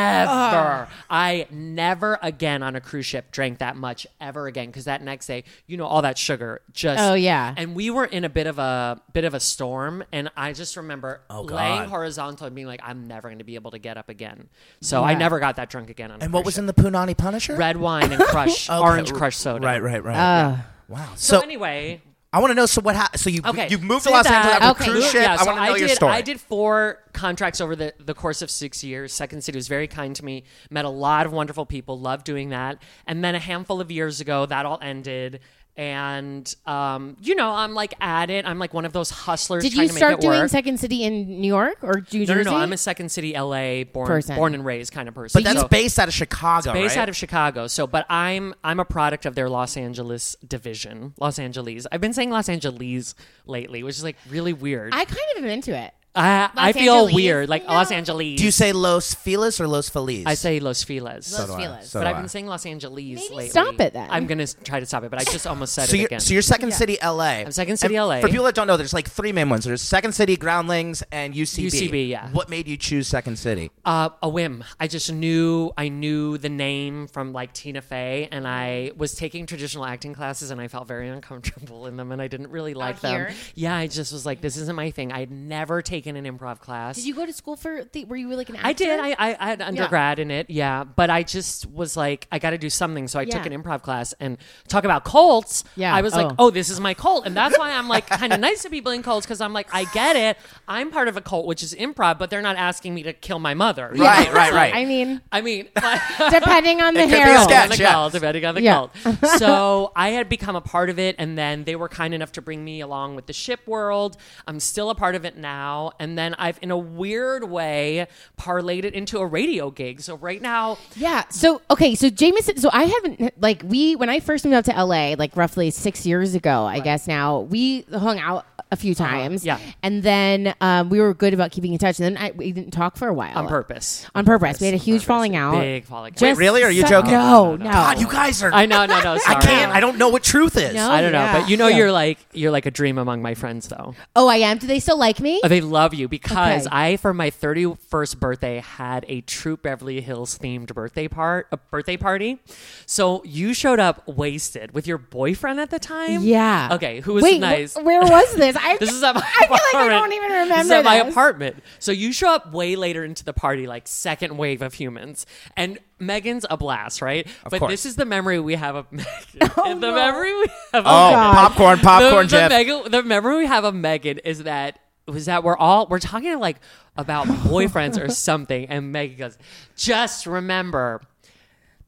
never, I never again on a cruise ship drank that much ever again because that next day, you know, all that sugar just. Oh, yeah. And we were in a bit of a bit of a storm, and I just remember Oh, God. laying horizontal and being like, I'm never going to be able to get up again. So I never got that drunk again. On And what was in the Punani Punisher? red wine and crush Okay, orange r- crush soda? Uh, Right, right, right. wow. So, So, anyway, I want to know. So what happened? So you Okay. you moved so to Los that- Angeles after Okay. a cruise ship. Yeah, so I want to know did, your story. I did four contracts over the, the course of six years. Second City was very kind to me. Met a lot of wonderful people. Loved doing that. And then a handful of years ago, that all ended. And um, you know, I'm like at it. I'm like one of those hustlers. Did trying you to make start it doing work. Second City in New York or New No, no, Jersey? no. I'm a Second City, LA born, Person. born and raised kind of person. but that's So- based out of Chicago, based right? out of Chicago. So, but I'm I'm a product of their Los Angeles division, Los Angeles. I've been saying Los Angeles lately, which is like really weird. I kind of am into it. I, I Los feel Angeles? weird, like No. Los Angeles. Do you say Los Feliz or Los Feliz? I say Los Feliz. Los do I. Feliz. So but do I've I. been saying Los Angeles lately. stop it then. I'm gonna s- try to stop it, but I just almost said So it you're, again. so you're Second City LA. I'm Second City LA. For people that don't know, there's like three main ones. There's Second City, Groundlings, and UCB. UCB, yeah. What made you choose Second City? uh, a whim. I just knew I knew the name from like Tina Fey, and I was taking traditional acting classes, and I felt very uncomfortable in them, and I didn't really like them. here? Yeah, I just was like, this isn't my thing. I'd never taken taken an improv class. Did you go to school for? The, were you like an actor? I did. I, I, I had undergrad in it, yeah. But I just was like, I got to do something. So I took Yeah. an improv class and talk about cults. Yeah. I was like, Oh. oh, this is my cult. And that's why I'm like kind of nice to people in cults because I'm like, I get it. I'm part of a cult, which is improv, but they're not asking me to kill my mother. you Right, know? right, right. I mean, I mean, but- depending on the could be a Herald. sketch. on the yeah. cult, depending on the Yeah. cult. So I had become a part of it, and then they were kind enough to bring me along with the ship world. I'm still a part of it now, and then I've, in a weird way, parlayed it into a radio gig. So right now, Yeah. So okay. So Jameson. So I haven't like we when I first moved out to LA, like roughly six years ago, I guess now we hung out a few times. Uh-huh. yeah. And then um, we were good about keeping in touch. And then I, we didn't talk for a while on purpose, On purpose. We had a huge falling out. big falling. out. Just really? Are you so- joking? No. No. God, you guys are. I know, no, no. Sorry. I can't. I don't know what truth is. No. I don't know, Yeah. but you know, Yeah. you're like you're like a dream among my friends, though. Oh, I am. Do they still like me? Oh, they love you because Okay. I, for my 31st birthday, had a true Beverly Hills themed birthday part, a birthday party. So you showed up wasted with your boyfriend at the time. Yeah. Okay, who was Wait, wh- nice. where was this? I, this is at my I feel like I apartment. don't even This is remember at my this. apartment. So you show up way later into the party, like second wave of humans, and Megan's a blast, right? but course. this is the memory we have of Megan. the Oh, no. memory we have. Oh, of Megan popcorn, popcorn, the, Jeff. The, Megan, the memory we have of Megan is that was that we're all we're talking like about boyfriends or something, and Megan goes, "Just remember,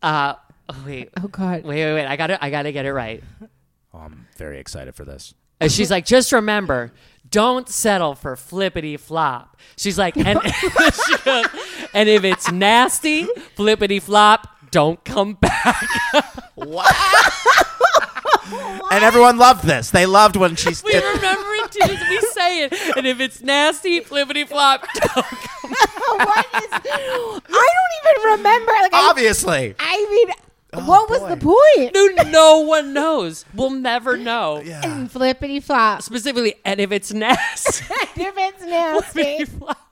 uh, oh, wait, Oh God. wait, wait, wait, I got to I got to get it right." Oh, I'm very excited for this. And she's like, "Just remember." Don't settle for flippity flop. She's like, and, she goes, and if it's nasty, flippity flop, don't come back. And everyone loved this. They loved when she We did- remember it too. We say it. And if it's nasty, flippity flop, don't Oh, what is? I don't even remember. Like I, Obviously. I mean, what was Oh, boy. the point? No, no one knows. We'll never know. Yeah. Flippity flop. Specifically, and if it's nasty, if it's nasty.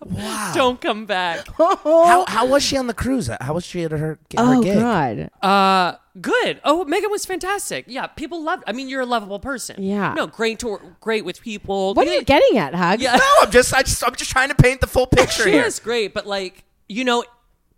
Wow. don't come back. How, how was she on the cruise? How was she at her, her Oh gig? God! Uh, good. Oh, Megan was fantastic. Yeah, people loved. I mean, you're a lovable person. Yeah. No, great to great with people. what are you getting at, Hug? Yeah. No, I'm just, I just I'm just trying to paint the full picture She here. was great, but like you know,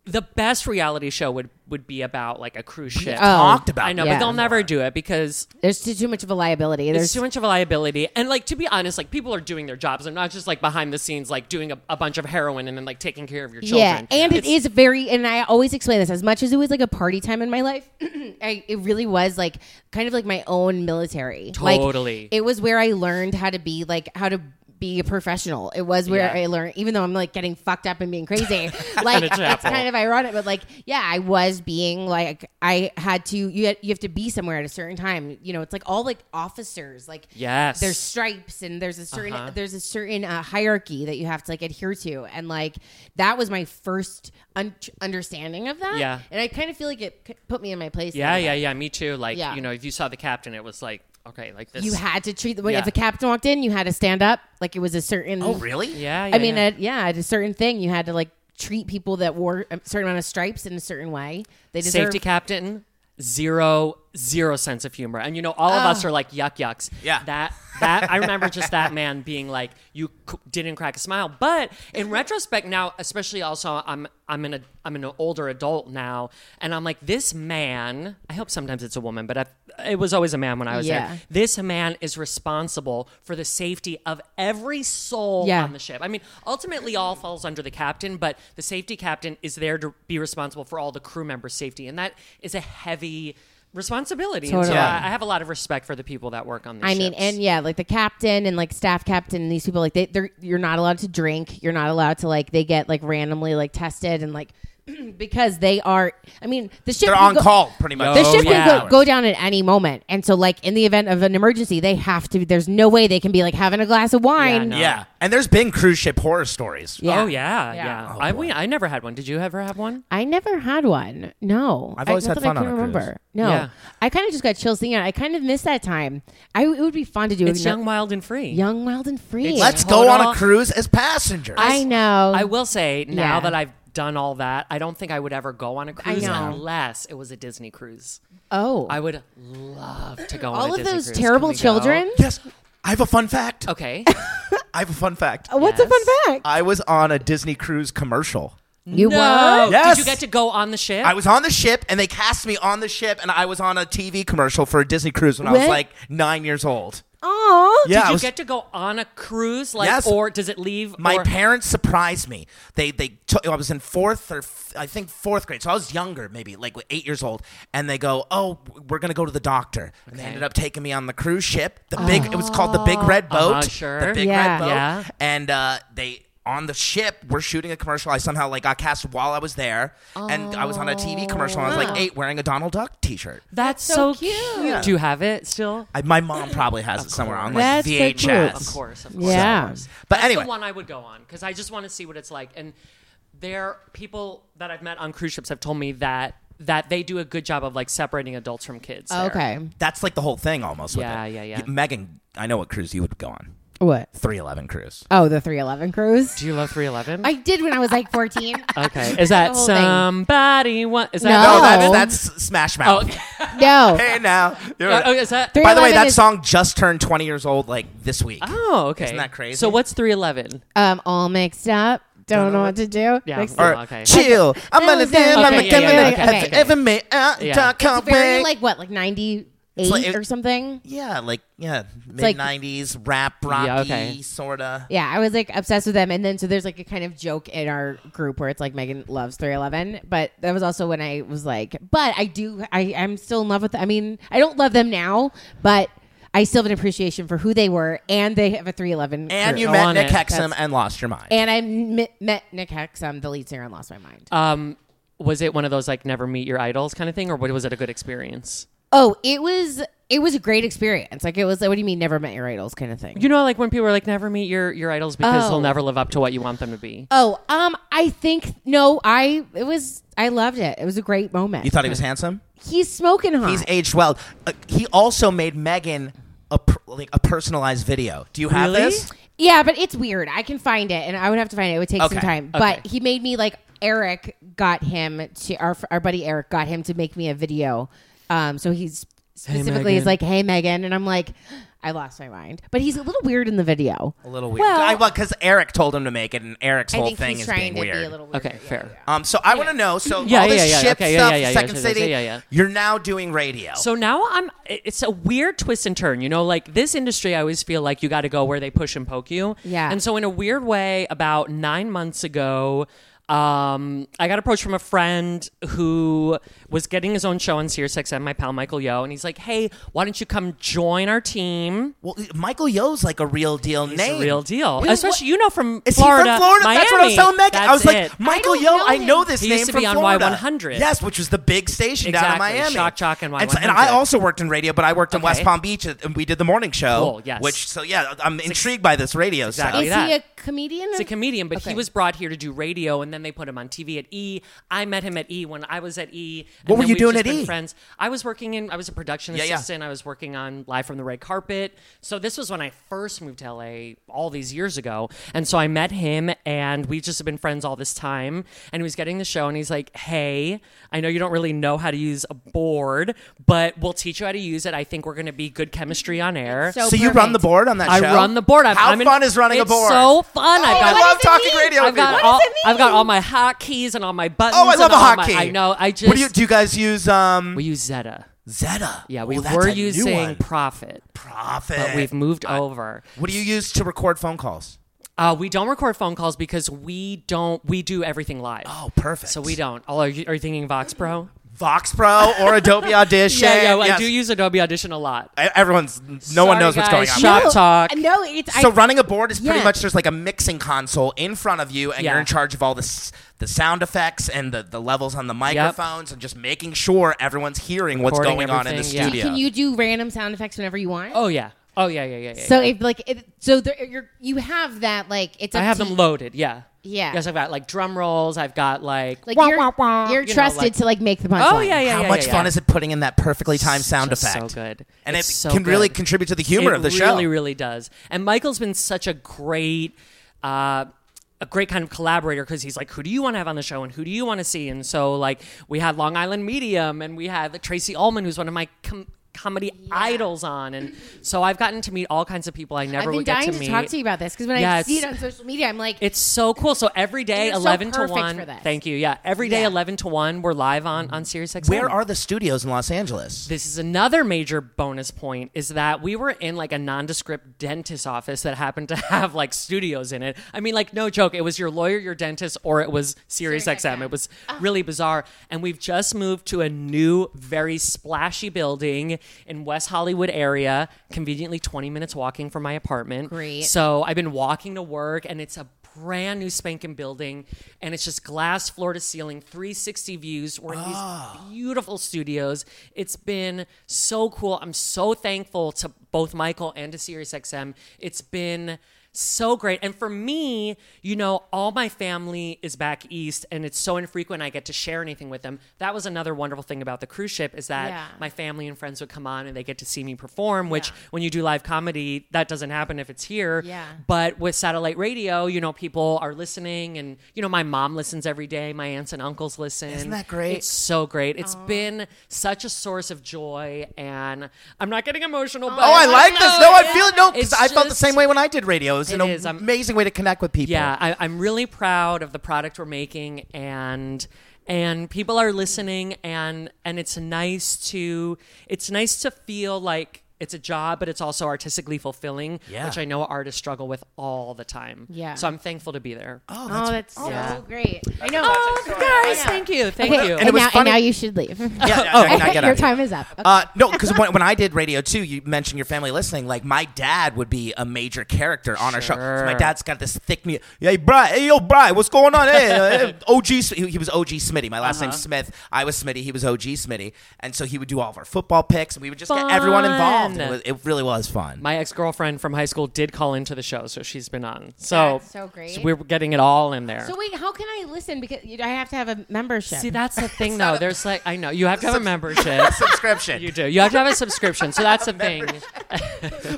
the best reality show would would be about like a cruise ship. Talked about. I know, it. but Oh, Yeah. they'll never do it because There's too, too much of a liability. There's It's too much of a liability. And like to be honest, like people are doing their jobs. I'm not just like behind the scenes, like doing a, a bunch of heroin and then like taking care of your yeah, children. and it is very. And I always explain this as much as it was like a party time in my life. I, it really was like kind of like my own military. Like, Totally. it was where I learned how to be like how to be a professional. It was where Yeah. I learned, even though I'm like getting fucked up and being crazy. like a it's chapel. kind of ironic, but like yeah, I was being like I had to. You had, you have to be somewhere at a certain time. You know, it's like all like officers. Like Yes. there's stripes and there's a certain Uh-huh. there's a certain uh, hierarchy that you have to like adhere to and like that was my first un- understanding of that Yeah. and i kind of feel like it c- put me in my place Yeah, in a yeah, way. yeah. Me too. Like Yeah. you know, if you saw the captain, it was like okay, like this. you had to treat the when Yeah. if a captain walked in you had to stand up like it was a certain Oh, really? Yeah, yeah. i mean uh, yeah. At, yeah at a certain thing you had to like treat people that wore a certain amount of stripes in a certain way they deserve safety captain zero zero sense of humor and you know all of us Oh. are like yuck yucks Yeah. that that i remember just that man being like you c- didn't crack a smile but in retrospect now especially also i'm i'm in a i'm an older adult now and i'm like this man i hope sometimes it's a woman but i it was always a man when i was Yeah. there this man is responsible for the safety of every soul Yeah. on the ship. I mean, ultimately, all falls under the captain, but the safety captain is there to be responsible for all the crew members' safety, and that is a heavy responsibility. And so Totally. I, I have a lot of respect for the people that work on. These I mean, ships. and yeah, like the captain and like staff captain and these people, like they, they're you're not allowed to drink. You're not allowed to like they get like randomly like tested and like because they are. I mean, the ship They're can on go- call pretty much. The Oh, ship yeah. can go, go down at any moment, and so like in the event of an emergency, they have to. There's no way they can be like having a glass of wine. no. Yeah. And there's been cruise ship horror stories. Yeah. Oh yeah, yeah. Yeah. Oh, I boy. we, I never had one. Did you ever have one? I never had one. No, I've I- always not had that I fun on can a cruise. remember. No, Yeah. I kind of just got chills thinking. about it. I kind of miss that time. I it would be fun to do. It's another- young, wild, and free. young, wild, and free. It's- Let's Hold go on on. a cruise as passengers. I know. I will say now Yeah. that I've done all that, I don't think I would ever go on a cruise know. unless it was a Disney cruise. oh, I would love to go on all a of Disney those cruise. Can terrible we go? children. yes. I have a fun fact. Okay. I have a fun fact. What's a fun fact? I was on a Disney Cruise commercial. you no. were? Yes. Did you get to go on the ship? I was on the ship, and they cast me on the ship, and I was on a TV commercial for a Disney Cruise when I was What? like nine years old. Aw. Yeah, Did I you was- get to go on a cruise? Like, Yes. or does it leave? My or- parents surprised me. They they took. I was in fourth or f- I think fourth grade, so I was younger, maybe like eight years old. And they go, "Oh, we're gonna go to the doctor." And they ended up taking me on the cruise ship. The big. It was called the Big Red Boat. Oh. Uh-huh, sure. The Big Yeah. Red Boat. Yeah. And uh, they. On the ship, we're shooting a commercial. I somehow like got cast while I was there, and I was on a TV commercial. And I was Oh. like eight, wearing a Donald Duck T-shirt. That's so so, cute. cute. Yeah. Do you have it still? I, my mom probably has it somewhere on like That's so VHS. cool. Of course, of course. Yeah. Of course. But That's anyway. the one I would go on because I just want to see what it's like. And there, people that I've met on cruise ships have told me that that they do a good job of like separating adults from kids. there. Okay. That's like the whole thing almost. with Yeah, it. yeah, yeah. Megan, I know what cruise you would go on. What? 311 cruise. Oh, the 311 cruise. Do you love 311? I did when I was like 14. Uh, okay. Is The that whole thing. somebody? What is No. that? No, Oh, that's, that's Smash Mouth. Oh, No. Hey now. You're- oh, is that? Three- By the way, 311 that is- song just turned 20 years old like this week. Oh, okay. Isn't that crazy? So what's 311? Um, all mixed up. Don't, know what to do. Yeah. Mixed Or Oh, okay. chill. I'm gonna Okay, dance like a yeah, yeah, devil okay, that's okay. ever made out. Yeah. Dark It's very away. like what, like 98 like it- or something? yeah, like yeah, mid like- 90s rap rocky okay. sorta. Yeah, I was like obsessed with them. And then so there's like a kind of joke in our group where it's like Megan loves 311, but that was also when I was like, but I do, I I'm still in love with. I mean, I don't love them now, but I still have an appreciation for who they were, and they have a 311. And crew. you Go met on Nick it. Hexum and lost your mind. and I m- met Nick Hexum, the lead singer, and lost my mind. Um, was it one of those like never meet your idols kind of thing, or what- was it a good experience? oh, it was it was a great experience. Like it was. What do you mean, never met your idols, kind of thing. You know, like when people are like, never meet your, your idols because Oh. they'll never live up to what you want them to be. oh, um, I think no, I it was I loved it. It was a great moment. you thought he was handsome? He's smoking hot. He's aged well. Uh, he also made Megan a per- like a personalized video. Do you have Really? this? Yeah, but it's weird. I can find it, and I would have to find it. It would take some Okay. time. But he made me like Eric got him to our our buddy Eric got him to make me a video. Um, so he's specifically is Megan. like, "Hey, Megan," and I'm like, I lost my mind. But he's a little weird in the video. A little weird. Well- I well, because Eric told him to make it, and Eric's I whole think thing he's is being trying to weird. be a little weird. Okay, fair. Um, so I want to know. So Yeah, all yeah, this yeah, ship okay, yeah, stuff, yeah, yeah, Second yeah, yeah, City. yeah, yeah. You're now doing radio. So now I'm. It's a weird twist and turn. You know, like this industry, I always feel like you got to go where they push and poke you. Yeah. And so in a weird way, about nine months ago. Um, I got approached from a friend who was getting his own show on SiriusXM, my pal Michael Yo, and he's like, "Hey, why don't you come join our team? well, Michael Yo's like a real deal It's name. a real deal, especially you know from Is Florida, he from Florida? Miami. That's what I was telling Megan. I That's was like, it. Michael don't Yo, know I know him. this He name used to from be on Florida. Y100. Yes, which was the big station down in Exactly. Miami. Shock Jock and so- And Y100. I also worked in radio, but I worked in West Okay. Palm Beach, uh, and we did the morning show. Cool, yes. Which, so yeah, I'm intrigued by this radio Exactly. stuff. Is that. he a comedian? He's a comedian, but Okay. he was brought here to do radio, and then they put him on TV at E. I met him at E when I was at E. and What were then you we've doing just at been E? Friends. I was working in. I was a production Yeah, yeah. assistant. I was working on Live from the Red Carpet. So this was when I first moved to LA all these years ago, and so I met him, and we've just been friends all this time. And he was getting the show, and he's like, "Hey, I know you don't really know how to use a board, but we'll teach you how to use it. I think we're going to be good chemistry on air." So So you run perfect. the board on that I show? run the board. I'm, How I'm in- fun is running it's a board? Oh, So fun. I've I love got Oh, does it talking mean? radio. I've got people. all, does it I've got all my hotkeys and all my buttons. Oh, I and love a all hotkey. my- I know. I just What do you do? You guys use um we use Zeta. Zeta? Yeah, we Oh, that's were a new using one. Profit, Profit. but we've moved over. What do you use to record phone calls? Uh, we don't record phone calls because we don't. We do everything live. Oh, perfect. So we don't. Oh, are you, are you thinking Vox Pro? Vox Pro or Adobe Audition. Yeah, yeah. well, I yes. do use Adobe Audition a lot. E- Everyone's no one Sorry, knows what's going guys. on. Shut- no, talk. No, it's So I, running a board is pretty Yeah. much there's like a mixing console in front of you, and Yeah. you're in charge of all the s- the sound effects and the, the levels on the microphones, and just making sure everyone's hearing what's Recording going on in the everything, yeah. studio. can you do random sound effects whenever you want? Oh yeah. Oh yeah, yeah, yeah. yeah So yeah. if like it, so there, you're you have that like it's up I have to them you. loaded. Yeah. Yeah. Yes, I've got like drum rolls. I've got like like wah, you're, wah, wah, you're you know, trusted like- to like make the punchline. Oh yeah, yeah. How yeah, much yeah, fun yeah. is it putting in that perfectly timed sound just effect? So good, and It's it so can really good. contribute to the humor it of the really, show. Really, really does. And Michael's been such a great. Uh, a great kind of collaborator because he's like, who do you want to have on the show and who do you want to see? And so, like, we had Long Island Medium and we had Tracy Ullman, who's one of my com- comedy idols on, and so I've gotten to meet all kinds of people I never I've been would get dying to to, meet. talk to you about this because when I Yes. see it on social media, I'm like, It's so cool. So every day, You're so eleven to perfect for one. this. Thank you. Yeah, every day, Yeah. eleven to one. We're live on on Sirius XM. Where are the studios in Los Angeles? This is another major bonus point is that we were in like a nondescript dentist office that happened to have like studios in it. I mean, like, no joke. It was your lawyer, your dentist, or it was Sirius XM. It was really bizarre. And we've just moved to a new, very splashy building in West Hollywood area, conveniently 20 minutes walking from my apartment. Great. So I've been walking to work and it's a brand new spanking building and it's just glass floor to ceiling 360 views we're in these beautiful studios it's been so cool i'm so thankful to both michael and to siriusxm it's been so great and for me you know all my family is back east and it's so infrequent i get to share anything with them that was another wonderful thing about the cruise ship is that Yeah. my family and friends would come on and they get to see me perform which when you do live comedy that doesn't happen if it's here Yeah. but with satellite radio, you know, people are listening, and you know, my mom listens every day. My aunts and uncles listen. Isn't that great? It's so great. It's been such a source of joy, and I'm not getting emotional. But Oh, I like this. No, I feel it. No, It's because I felt the just- same way when I did radio. It was an It is. I'm- amazing way to connect with people. Yeah, I, I'm really proud of the product we're making, and and people are listening, and and it's nice to it's nice to feel like. It's a job, but it's also artistically fulfilling, Yeah. which I know artists struggle with all the time. Yeah. So I'm thankful to be there. Oh, oh, that's, that's so yeah. great. I know. Oh, guys, Yeah. thank you. Thank Okay, you. And And, it was now, and funny- now you should leave. yeah. yeah, yeah, I get Your it. time is up. Okay. Uh, no, because when, when I did radio too, you mentioned your family listening. Like my dad would be a major character on our show. So my Sure. dad's got this thick. mu- Hey, Bri, hey, yo, Bri, what's going on? Hey, uh, hey, OG. Sm- He, he was OG Smitty. My last name's Smith. I was Smitty. He was OG Smitty. And so he would do all of our football picks, and we would just get everyone involved. and It, Fun. was, it really was fun. My ex girlfriend from high school did call into the show, so she's been on. So, That's so great. we're getting it all in there. so wait, how can I listen? Because you- I have to have a membership. See, that's the thing, though. There's like, I know you have to have a membership. Subscription, You do. You have to have a subscription. So that's the thing.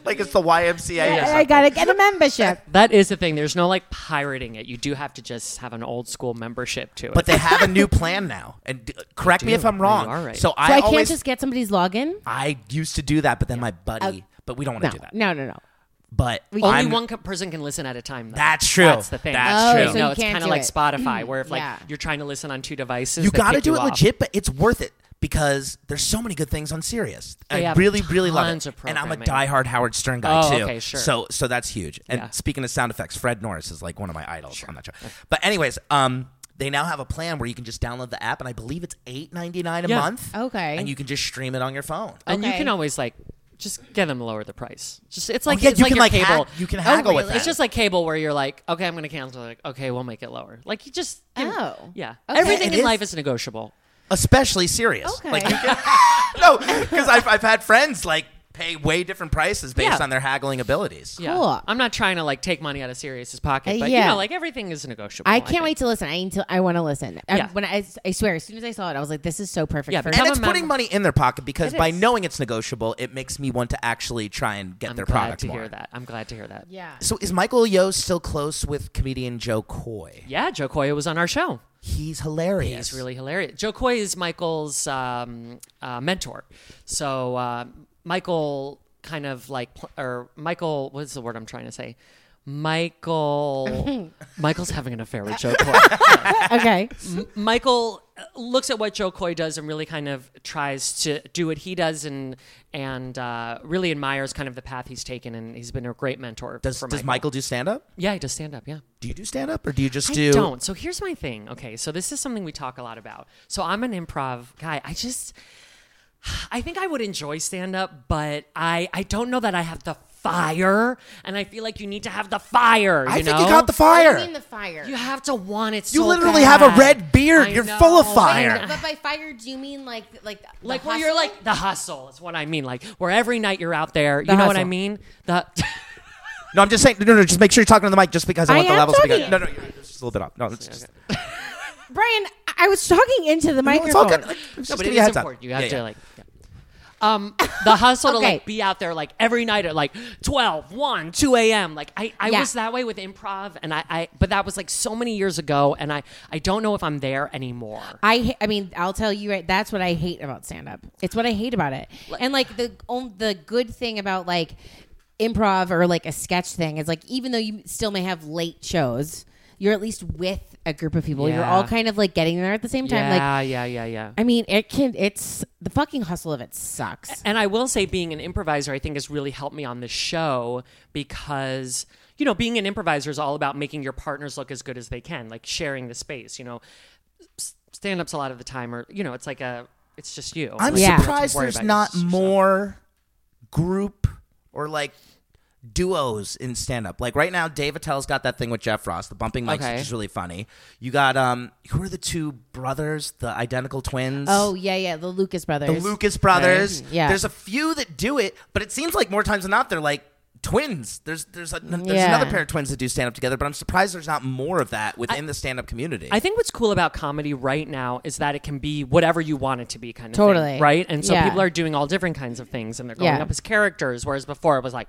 like it's the YMCA. I, I gotta get a membership. That is the thing. There's no like pirating it. You do have to just have an old school membership to it. But they have a new plan now. And d- correct me do. if I'm You wrong. are right. So I, So I, can't always just get somebody's login. I used to do that, but then my buddy. but we don't want to No, do that. no, no, no. But Only I'm- one co- person can listen at a time. Though. That's true. That's the thing. That's Oh, true. so no, you it's can't kind of do like it. Spotify, where if like Yeah. you're trying to listen on two devices, You they got to kick do you it off. legit, but it's worth it because there's so many good things on Sirius. They I have really, really love tons it. of And I'm a programming. diehard Howard Stern guy Oh, too. okay, sure. So, so that's huge. And Yeah. speaking of sound effects, Fred Norris is like one of my idols on that show. But anyways, um, they now have a plan where you can just download the app, and I believe it's eight ninety nine a Yeah. month. Okay. and you can just stream it on your phone. And you Okay. can always like just get them to lower the price. Just it's like Oh, yeah, it's you like can, your like, hack- cable. you can Oh, haggle with really? It's that. just like cable where you're like, okay, I'm gonna cancel. it. Like, okay, we'll make it lower. Like you just you know, Oh. yeah. Okay. Everything It in is. life is negotiable. especially serious. Okay. Like you can, no, because I've, I've had friends like pay way different prices based Yeah. on their haggling abilities. Yeah. Cool. I'm not trying to like take money out of Sirius's Uh, pocket, but yeah. you know, like everything is negotiable. I can't think. wait to listen. I need to. I want to listen. I- Yeah. when I, I swear, as soon as I saw it, I was like, "This is so perfect." Yeah, for but me. And Have it's a mem- putting money in their pocket because It by is. knowing it's negotiable, it makes me want to actually try and get I'm their glad product to more. hear that. I'm glad to hear that. yeah. So is Michael Yo still close with comedian Joe Coy? Yeah, Joe Coy was on our show. He's hilarious. He's really hilarious. Joe Coy is Michael's um, uh, mentor. So uh, Michael kind of like, pl- or Michael, what's the word I'm trying to say? Michael, Michael's having an affair with Joe Coy. Okay. Michael uh, looks at what Joe Coy does and really kind of tries to do what he does and and uh, really admires kind of the path he's taken and he's been a great mentor Does for does Michael. Michael do stand up? Yeah, he does stand up. Yeah. Do you do stand up or do you just I do don't. So here's my thing. Okay, so this is something we talk a lot about. So I'm an improv guy. I just, I think I would enjoy stand up, but I I don't know that I have the fire, and I feel like you need to have the fire. You I think know? you got the I fire. mean the fire. You have to want it. You so literally have a bad. red beard. I You're full of know. fire. But, but by fire, do you mean like like the Like where you're hustle? like the hustle is what I mean. Like where every night you're out there. You know what I hustle. mean? The No, I'm just saying no no just make sure you're talking on the mic just because I, I want the am levels to be talking. No, no, you're right. It's just a little bit up. No, it's just Brian? I- I was talking into the No, it's all microphone. good. Like, just no, but give it you a is heads up. important. You have Yeah, to yeah. like. yeah. um, the hustle to Okay. like be out there like every night at like 12, 1, 2 a.m. Like I, I Yeah. was that way with improv and I, I, but that was like so many years ago and I, I don't know if I'm there anymore. I ha- I mean I'll tell you right that's what I hate about stand up. It's what I hate about it. and like the on, the good thing about like improv or like a sketch thing is like even though you still may have late shows, you're at least with a group of people. You're Yeah. all kind of like getting there at the same time. Like yeah, yeah, yeah, yeah. I mean it can it's the fucking hustle of it sucks. And I will say, being an improviser, I think has really helped me on this show because, you know, being an improviser is all about making your partners look as good as they can, like sharing the space, you know. S- Stand ups a lot of the time are, you know, it's like a, it's just you. I'm Like, Yeah. surprised Worry there's about not yourself. more group or like duos in stand up. Like right now, Dave Attell's got that thing with Jeff Ross, the bumping mics, Okay. which is really funny. You got um, who are the two brothers, the identical twins? Oh yeah, yeah, the Lucas brothers. the Lucas brothers. Yeah. there's a few that do it, but it seems like more times than not they're like twins. There's there's a, there's Yeah. another pair of twins that do stand up together, but I'm surprised there's not more of that within the stand up community. I think what's cool about comedy right now is that it can be whatever you want it to be, kind of thing, Totally. right? And so Yeah. people are doing all different kinds of things, and they're going Yeah. up as characters. Whereas before it was like,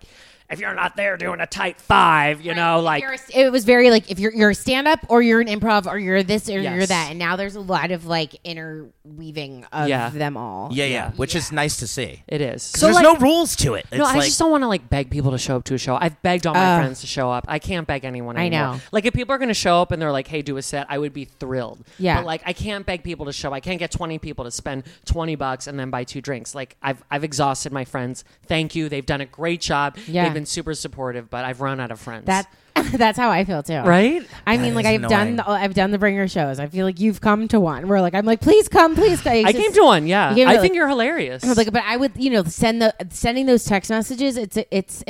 if you're not there doing a tight five, you know, like You're a- it was very like if you're you're a stand up or you're an improv or you're this or you're Yes. that and now there's a lot of like interweaving of Yeah. them all. yeah, yeah, which is nice to see. it is. So there's no rules to it. It's No, I like just don't want to like beg people to show up to a show. I've begged all my friends to show up. I can't beg anyone. I Anymore. know. Like if people are going to show up and they're like, "Hey, do a set," I would be thrilled. Yeah. But like, I can't beg people to show. I can't get twenty people to spend twenty bucks and then buy two drinks. Like I've I've exhausted my friends. Thank you. They've done a great job. Yeah. They've been super supportive, but I've run out of friends. That that's how I feel too. right. I That mean, like is I've annoying. done the, I've done the bringer shows. I feel like you've come to one where like I'm like, please come, please come. It's I just- came to one. Yeah. You gave me, I like- think you're hilarious. I was like, but I would, you know, send the sending those text messages. It's it's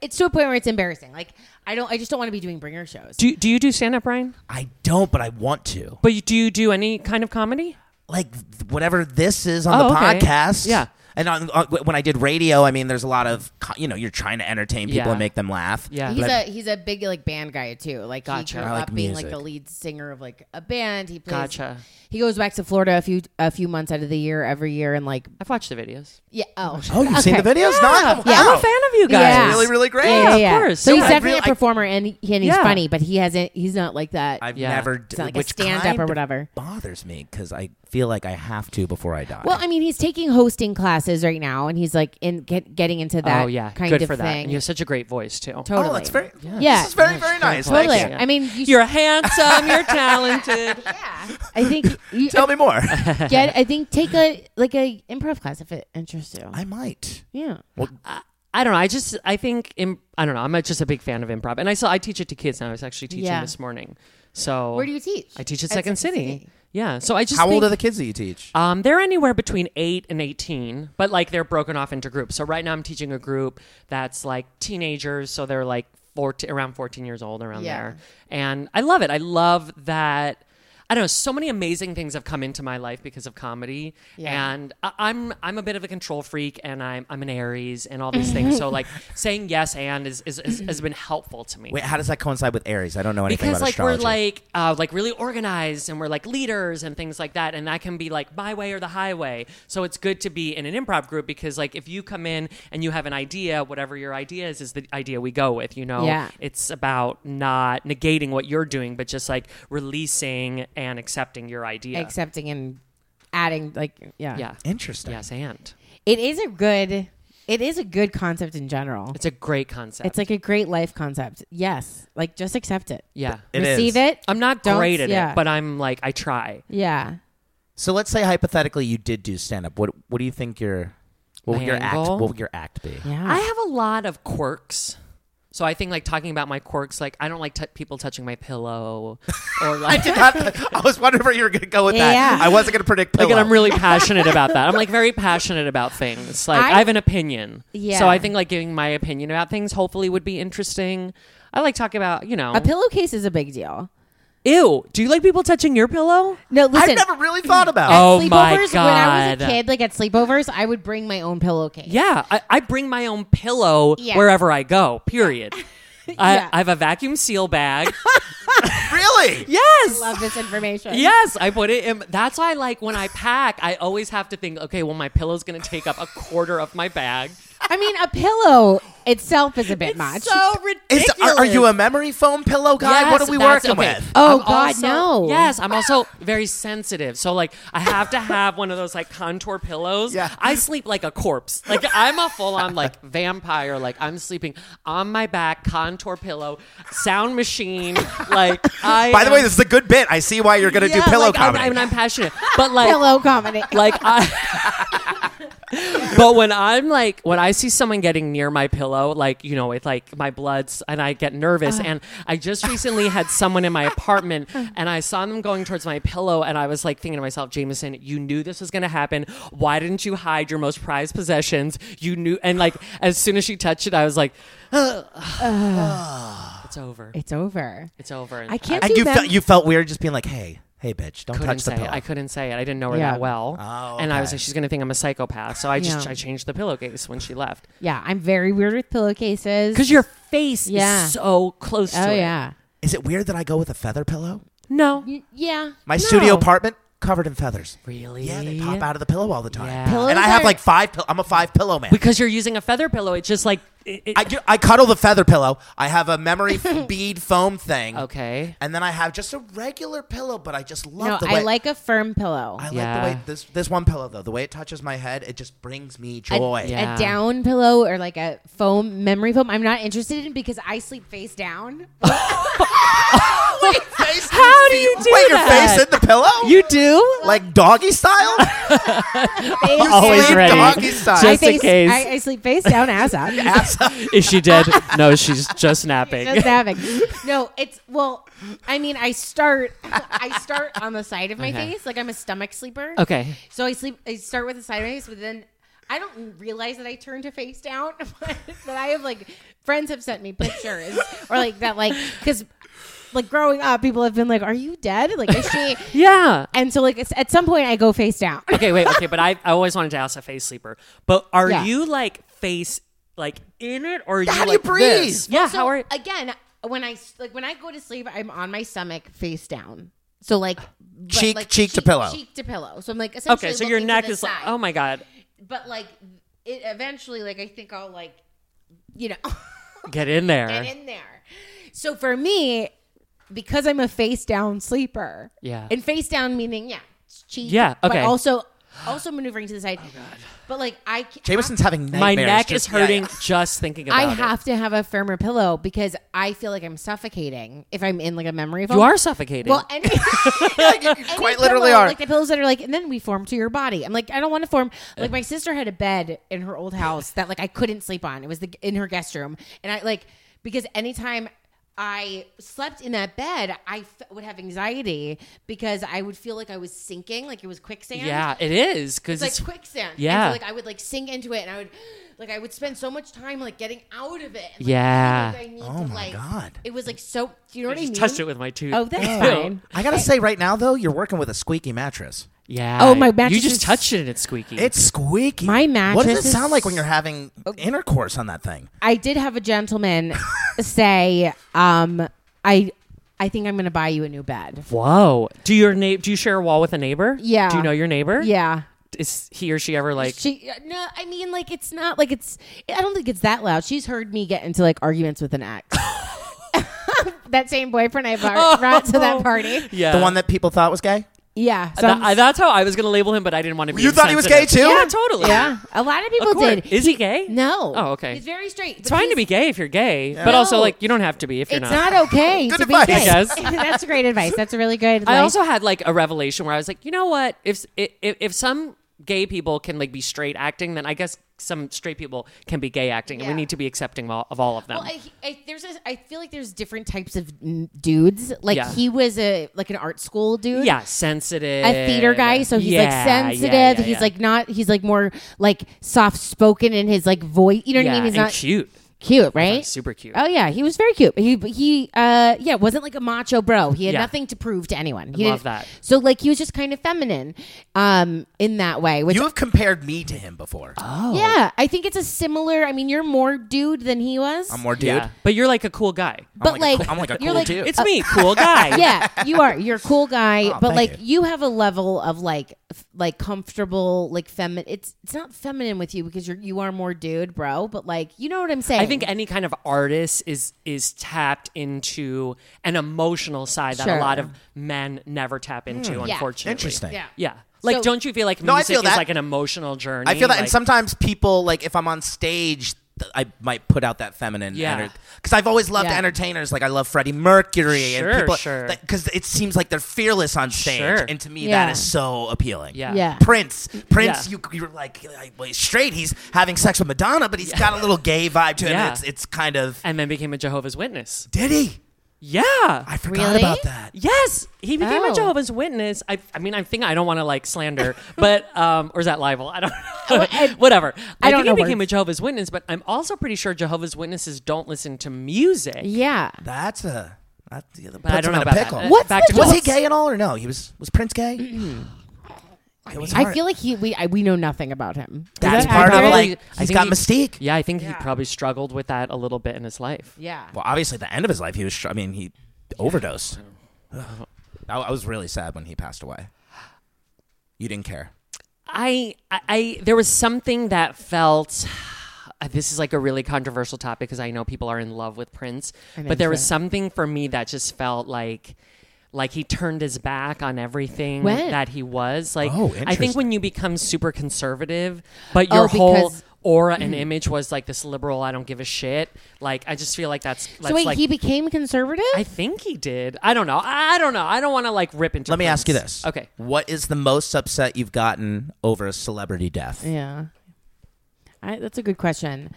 it's to a point where it's embarrassing. Like I don't, I just don't want to be doing bringer shows. do do you do stand up, Brian? I don't, but I want to. But you, do you do any kind of comedy? like th- whatever this is on Oh, the okay. podcast. Yeah. And on, on, when I did radio, I mean, there's a lot of co- you know, you're trying to entertain people Yeah. and make them laugh. Yeah. He's But a he's a big like band guy too. Like Gotcha. he grew I like up being like music. the lead singer of like a band. He plays, Gotcha. He goes back to Florida a few a few months out of the year every year and like I've watched the videos. yeah oh oh, you've seen the okay. videos? Not Yeah. I'm a fan of you guys. Yeah. Really, really great. yeah, Yeah, yeah, of yeah. course. So he's Yeah. I definitely really- a performer and, he- and he's Yeah. funny, but he hasn't. He's not like that. I've Yeah. never d- It's not like a which stand-up kind or whatever. bothers me because I feel like I have to before I die. well, I mean, he's taking hosting classes right now, and he's like in get, getting into that. oh yeah. kind Good of for that. thing. And you have such a great voice too. totally. oh, that's very yeah. Yeah. This is very, very nice. Thank totally. you. I mean, you You're handsome. You're talented. yeah. I think you Tell me more. get. I think take a like a improv class if it interests you. I might. yeah. Well, I don't know. I just I think Im- I don't know. I'm just a big fan of improv, and I saw I teach it to kids now. I was actually teaching Yeah. this morning. So Where do you teach? I teach at, At Second, Second City. City. Yeah. So I just how old think- are the kids that you teach? Um, they're anywhere between eight and eighteen, but like they're broken off into groups. So right now I'm teaching a group that's like teenagers, so they're like 14, around fourteen years old, around Yeah. there. And I love it. I love that. I don't know. So many amazing things have come into my life because of comedy, Yeah. and I, I'm I'm a bit of a control freak, and I'm I'm an Aries, and all these things. So like saying yes and is, is, is has been helpful to me Wait, how does that coincide with Aries? I don't know anything because about like astrology. we're like uh, like really organized and we're like leaders and things like that and that can be like my way or the highway so it's good to be in an improv group because like if you come in and you have an idea whatever your idea is is the idea we go with you know Yeah. it's about not negating what you're doing but just like releasing and accepting your idea Accepting and adding like yeah. yeah Interesting. yes and It is a good. It is a good concept in general. it's a great concept It's like a great life concept. Yes. Like just accept it. yeah It is. Receive it. I'm not Don't- great at yeah. it but I'm like I try Yeah. So let's say hypothetically you did do stand up. What what do you think your what would My your act angle? what would your act be? Yeah. I have a lot of quirks. So I think like talking about my quirks, like I don't like t- people touching my pillow, or like, like I was wondering where you were going to go with that. Yeah. I wasn't going to predict pillow. and I'm really passionate about that. I'm like very passionate about things. Like I, I- have an opinion, Yeah. So I think like giving my opinion about things hopefully would be interesting. I like talking about you know. a pillowcase is a big deal. Ew, do you like people touching your pillow? No, listen. I've never really thought about. at it. Oh my sleepovers, When I was a God. kid, like at sleepovers, I would bring my own pillowcase. Yeah, I, I bring my own pillow Yeah. wherever I go. Period. Yeah. I, I have a vacuum seal bag. Oh. Really? yes. Love this information. Yes, I put it in. That's why, like, when I pack, I always have to think, okay, well, my pillow's going to take up a quarter of my bag. I mean, a pillow itself is a bit much. So Is, ridiculous. are, are you a memory foam pillow guy? what are Yes, we that's- working okay. with? Oh, I'm God, also- no. Yes, I'm also very sensitive. So like I have to have one of those like contour pillows. Yeah. I sleep like a corpse. Like I'm a full on like vampire. Like I'm sleeping on my back, contour pillow, sound machine. Like I By the way, am- this is a good bit. I see why you're going to Yeah, do pillow like, I'm- comedy. I, mean I'm passionate. But like pillow comedy. like I But when I'm like when I see someone getting near my pillow, like, you know, it's like my blood's and I get nervous and I just recently had someone in my apartment and I saw them going towards my pillow and I was like thinking to myself, Jameson, you knew this was gonna happen. Why didn't you hide your most prized possessions? You knew and like as soon as she touched it, I was like It's over. it's over. It's over. I can't and do you that. felt you felt weird just being like, "Hey, hey, bitch, don't couldn't touch the say pillow." it. I couldn't say it. I didn't know her Yeah. that well. Oh, And I was okay. like, she's gonna think I'm a psychopath. So I just Yeah. I changed the pillowcase when she left yeah, I'm very weird with pillowcases. because your face Yeah. is so close to oh it. yeah, Is it weird that I go with a feather pillow? No, N- yeah. My No. studio apartment covered in feathers. really. Yeah, they pop out of the pillow all the time. Yeah. Pillows And I have are- like five. Pill- I'm a five pillow man. because you're using a feather pillow. It's just like it, it- I do, I cuddle the feather pillow. I have a memory bead foam thing. okay. And then I have just a regular pillow, but I just love No, the way I like a firm pillow. I like Yeah. the way this this one pillow though. The way it touches my head, it just brings me a, joy. a Yeah. down pillow or like a foam memory foam. I'm not interested in because I sleep face down. Face- How do you do Wait, your that? face in the pillow? You do? like doggy style? Face Always Sleep ready. doggy style. I Just in face, case. I, I sleep face down, ass up. Is she dead? No, she's just napping. Just having. No, it's well. I mean, I start. I start on the side of my Okay. face. Like I'm a stomach sleeper. okay. So I sleep. I start with the side of my face, but then I don't realize that I turn to face down. But that I have like friends have sent me pictures or like that like because like growing up, people have been like, "Are you dead?" Like is she? Yeah. And so like it's, at some point, I go face down. Okay, wait, okay, but I, I always wanted to ask a face sleeper. But are Yeah. you like face like in it or are you How do you like breathe? this? Yeah, So how are again when I s- like when I go to sleep, I'm on my stomach face down. So like. but, Cheek- cheek to pillow. cheek to pillow. So I'm like essentially Okay, so your looking to neck the is like side. oh my god. But like it eventually, like I think I'll like, you know, Get in there. get in there. So for me, because I'm a face down sleeper, Yeah. and face down meaning yeah, it's cheek, Yeah, but okay. also also maneuvering to the side. Oh god! But like I, ca- Jameson's having nightmares. My neck just- is hurting yeah, yeah. just thinking about I it. have to have a firmer pillow because I feel like I'm suffocating if I'm in like a memory. Foam. You are suffocating. Well, any, any quite literally pillow, are. like the pillows that are like, and then we form to your body. I'm like, I don't want to form. Like my sister had a bed in her old house that like I couldn't sleep on. It was the, in her guest room, and I like because anytime I slept in that bed, I f- would have anxiety because I would feel like I was sinking, like it was quicksand. yeah, it is It's because like it's, quicksand. And so, Yeah. like I would like sink into it and I would like I would spend so much time like getting out of it. And, like, Yeah. I feel like I need Oh to, my like, God. It was like so do you know what I, mean? just touched it with my tooth. Oh, that's fine. I gotta say, right now though, you're working with a squeaky mattress. yeah. Oh, my You mattress just is- touched it and it's squeaky. It's squeaky. My What mattress does it is- sound like when you're having Oh. intercourse on that thing? I did have a gentleman say, um, I I think I'm gonna buy you a new bed. whoa. Do your na- Do you share a wall with a neighbor? Yeah. Do you know your neighbor? Yeah. Is he or she ever like? She no, I mean like it's not like it's I don't think it's that loud. She's heard me get into like arguments with an ex. that same boyfriend I Oh. bar- brought to that party. yeah. the one that people thought was gay? Yeah. So That- I'm- I- that's how I was gonna label him, but I didn't want to be. You thought he was gay, insensitive. too? Yeah, totally. Yeah. A lot of people Of course. did. Is he gay? No. Oh, okay. He's very straight. It's fine to be gay if you're gay, but No. also like you don't have to be if you're It's not okay Good to be advice. gay. I guess. That's great advice. That's a really good. I like- also had like a revelation where I was like, you know what? If if if some gay people can like be straight acting, then I guess some straight people can be gay acting, and we Yeah. need to be accepting all, of all of them. Well, I, I, there's a, I feel like there's different types of n- dudes. Like Yeah. he was a like an art school dude. yeah, sensitive. A theater guy, so he's like Yeah, sensitive. yeah, yeah, he's yeah. like not. He's like more like soft spoken in his like voice. You know what I Yeah, mean? He's and not. cute. Cute, right? super cute. Oh yeah, he was very cute. He he uh yeah, wasn't like a macho bro. He had Yeah. nothing to prove to anyone. He love didn't- that. So like he was just kind of feminine um in that way, which You have compared me to him before. yeah, I think it's a similar. I mean, you're more dude than he was. I'm more dude. Yeah, but you're like a cool guy. but I'm like, a cool, I'm like a you're cool like- dude. It's me, cool guy. Uh, yeah, you are. You're a cool guy, Oh, but thank like you. have a level of like f- like comfortable like feminine. It's it's not feminine with you because you're you are more dude, bro. But like you know what I'm saying. I think any kind of artist is is tapped into an emotional side that Sure. a lot of men never tap into, Yeah. unfortunately. Hmm. Interesting. yeah. Yeah. Like, So- don't you feel like music No, I feel is that. like an emotional journey? I feel that, and Like- sometimes people like if I'm on stage, th- I might put out that feminine. Yeah. because I've always loved Yeah. entertainers. Like I love Freddie Mercury Sure, and people sure. because it seems like they're fearless on stage, Sure. and to me Yeah. that is so appealing. Yeah. Yeah. Prince, Prince, Yeah. you you're like I- well, he's straight. He's having sex with Madonna, but he's got a little gay vibe to him. Yeah. It's it's kind of and then became a Jehovah's Witness. did he? Yeah. I forgot Really? about that. yes, he became Oh. a Jehovah's Witness. I, I mean, I think I don't want to like slander, but um, or is that libel? I don't know. Whatever. I don't think know he became words. a Jehovah's Witness, but I'm also pretty sure Jehovah's Witnesses don't listen to music. yeah. That's a that yeah, that But I puts don't him in know a about that. pickle. Uh, What's back the- to was he Jehovah's- gay at all or no? He was was Prince gay? Mm-hmm. It was I hard. feel like he we I, we know nothing about him. Is That's that part of accurate? like I he's think got he- mystique. Yeah, I think he probably struggled with that a little bit in his life. yeah. Well, obviously, the end of his life, he was. str- I mean, he overdosed. I, I was really sad when he passed away. You didn't care. I, I, I there was something that felt. uh, This is like a really controversial topic because I know people are in love with Prince, but there was into it. something for me that just felt like, like he turned his back on everything When? that he was. Like, Oh, I think interesting. when you become super conservative, but Oh, your whole because- Mm-hmm. aura and image was like this liberal, I don't give a shit. Like, I just feel like that's. So that's wait, like, he became conservative? I think he did. I don't know. I don't know. I don't want to like rip into. Let me Prince. ask you this. Okay. What is the most upset you've gotten over a celebrity death? yeah. I, that's a good question.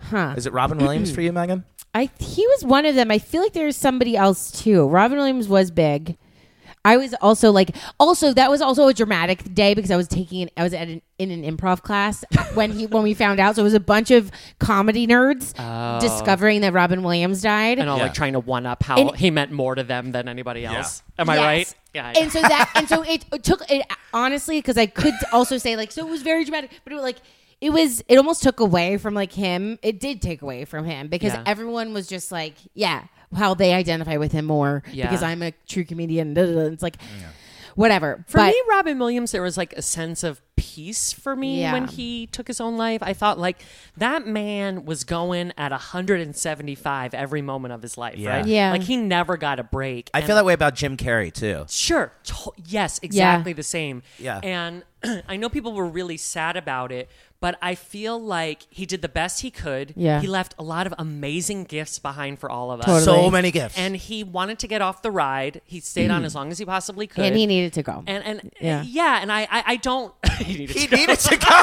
Huh. Is it Robin Williams for you, Megan? I he was one of them. I feel like there's somebody else too. Robin Williams was big. I was also like also that was also a dramatic day because I was taking I was at an, in an improv class when he when we found out so it was a bunch of comedy nerds discovering that Robin Williams died. and all Yeah. like trying to one up how And- he meant more to them than anybody else. Am I Yes. right? Yeah. yeah. And so that and so it, it took it honestly because I could also say like so it was very dramatic, but it was like it was it almost took away from like him. It did take away from him because Yeah. everyone was just like, yeah, how they identify with him more Yeah. because I'm a true comedian. da, da, da. It's like whatever. for but me, Robin Williams, there was like a sense of peace for me Yeah. when he took his own life. I thought like that man was going at 175 every moment of his life, Yeah. right? Yeah. Like he never got a break. I And feel that way about Jim Carrey too. Sure. To- yes, exactly the same. Yeah. And I know people were really sad about it, but I feel like he did the best he could. Yeah. He left a lot of amazing gifts behind for all of us. Totally. So many gifts. And he wanted to get off the ride. He stayed on as long as he possibly could. Mm. and he needed to go. and, and Yeah. yeah. and I I, I don't. he needed he to go. needed to go.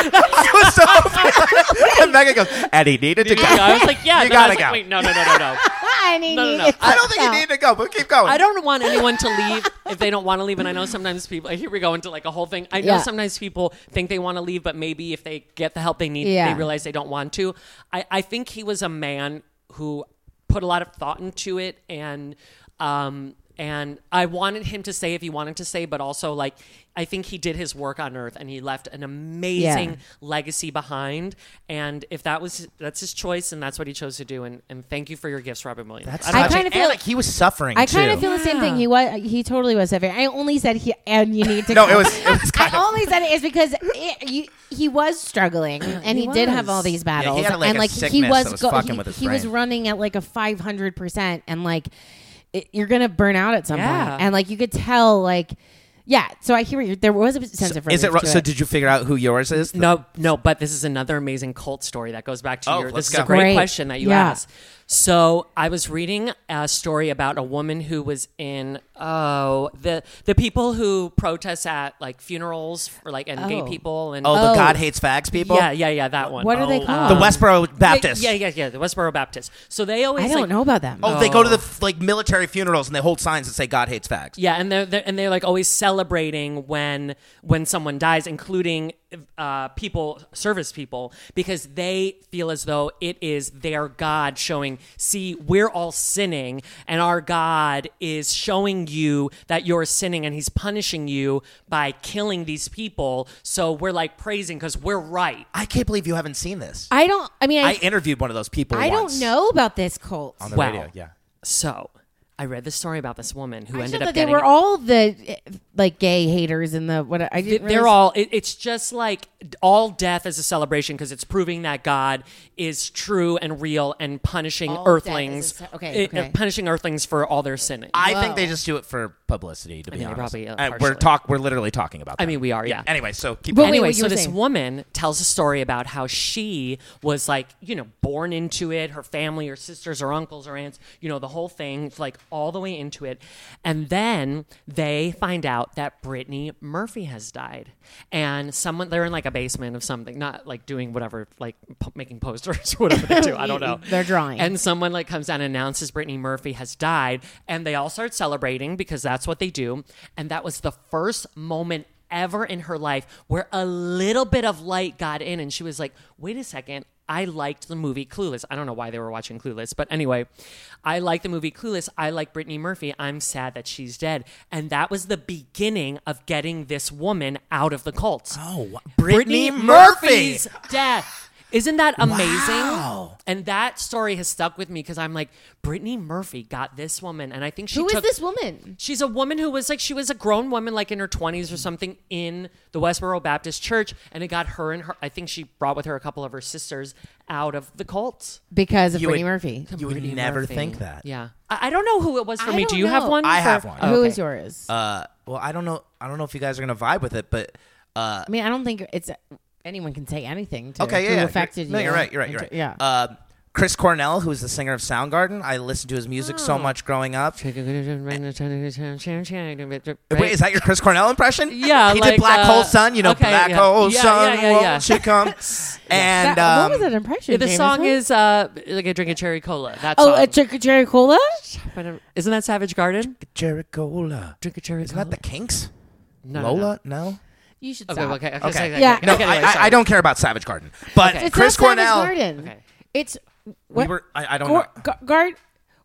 It was so bad. and Megan goes, and he needed to go. I was like, yeah. You no, I gotta was like, go. Wait, no, no, no, no, no. and he No, no, no. needed I to don't think he go. needed to go, but keep going. I don't want anyone to leave if they don't want to leave. And I know sometimes people, here we go into like a whole thing. I know Yeah. sometimes people think they want to leave, but maybe if they get the help they need, Yeah. they realize they don't want to. I, I think he was a man who put a lot of thought into it and, um, and I wanted him to say if he wanted to say, but also like I think he did his work on Earth and he left an amazing legacy behind. And if that was that's his choice and that's what he chose to do, and, and thank you for your gifts, Robin Williams. That's I don't I have to kinda And, feel- like he was suffering I too. kind of feel the same thing. He was he totally was suffering. I only said he and you need to No, go. it was- it was kind I of- only said it is because it, you, he was struggling and he, He did have was. all these he battles had, like, and a like he sickness was that was go- fucking he, with his he was brain. running at like a 500% and like it, you're going to burn out at some point. Yeah. and like you could tell like yeah, so I hear what you're, there was a sense of Is it, relief ro- to so? Did you figure out who yours is? No, no, but this is another amazing cult story that goes back to Oh, your. let's This is go. a great, Great. question that you Yeah. asked. So I was reading a story about a woman who was in oh the the people who protest at like funerals for like and gay Oh. people and Oh, the Oh. God hates fags people. yeah yeah yeah that one. What are they Oh, called? the Westboro Baptist. Yeah, yeah, yeah. The Westboro Baptist. So they always I don't like, know about them. Oh, they go to the f- like military funerals and they hold signs that say "God hates fags." Yeah, and they're, they're and they're like always celebrating when when someone dies, including uh, people, service people, because they feel as though it is their God showing, see, we're all sinning, and our God is showing you that you're sinning, and He's punishing you by killing these people. So we're like praising because we're right. I can't believe you haven't seen this. I don't. I mean, I I, interviewed one of those people. I, don't once know about this cult. on the Wow. radio. Yeah, So I read the story about this woman who I just ended thought up they getting were all the eh, like gay haters and the what I didn't. they're realize- all it, it's just like all death is a celebration because it's proving that god is true and real and punishing All death is a earthlings ce- okay, it- uh, okay. punishing earthlings for all their sinning i, I Whoa. think they just do it for publicity. To be mean, they honest, probably, uh, Uh, we're partially. talk. We're literally talking about. That. mean we are yeah, Anyway, so keep. But wait, anyway, what you so were this saying. woman tells a story about how she was like, you know, born into it, her family, her sisters, her uncles, her aunts, you know, the whole thing, like all the way into it. And then they find out that Brittany Murphy has died. And someone, they're in like a basement of something, not like doing whatever, like p- making posters or whatever they do. I don't know. They're drawing. And someone like comes down and announces Brittany Murphy has died, and they all start celebrating because that's what they do. And that was the first moment ever in her life where a little bit of light got in, and she was like, "Wait a second, I liked the movie Clueless. I don't know why they were watching Clueless, but anyway, I like the movie Clueless. I like Brittany Murphy. I'm sad that she's dead." And that was the beginning of getting this woman out of the cult. Oh, Brittany, Brittany Murphy's Murphy. death. Isn't that amazing? Wow. And that story has stuck with me because I'm like, Brittany Murphy got this woman, and I think she Who is took. this woman? She's a woman who was like she was a grown woman, like in her 20s or something, in the Westboro Baptist Church, and it got her and her. I think she brought with her a couple of her sisters out of the cult. Because of You Brittany would- Murphy. You would Brittany never Murphy. think that. Yeah, I, I don't know who it was for I me. Do don't you have know. one? I for- have one. Oh, Who okay. is yours? Uh, well, I don't know. I don't know if you guys are gonna vibe with it, but uh, I mean, I don't think it's anyone can say anything to okay, yeah, who yeah. affected you're, No, you. you're right. You're right. You're right. Yeah. Uh, Chris Cornell, who's the singer of Soundgarden, I listened to his music Oh. so much growing up. Wait, is that your Chris Cornell impression? Yeah, he like, did Black uh, Hole Sun. You know, okay, Black yeah. Hole Yeah, Sun. yeah, yeah, won't yeah. she come? and That- um, what was that impression? Yeah, the James? song What- is uh, like I drink a cherry cola. That's Oh, a Jer- Jerry Cola. Isn't that Savage Garden? Jerichola. um, Drink a cherry Isn't cola. that the Kinks? No, no, no. Lola? No. You should Okay, stop. okay, okay. Okay. sorry, sorry, Yeah. okay, No, okay, I, anyway, I- sorry. I don't care about Savage Garden, but Okay. It's Chris not Savage Cornell. Garden. Okay. It's We what were, oh, I, I don't Gor- know. Gar- Guard.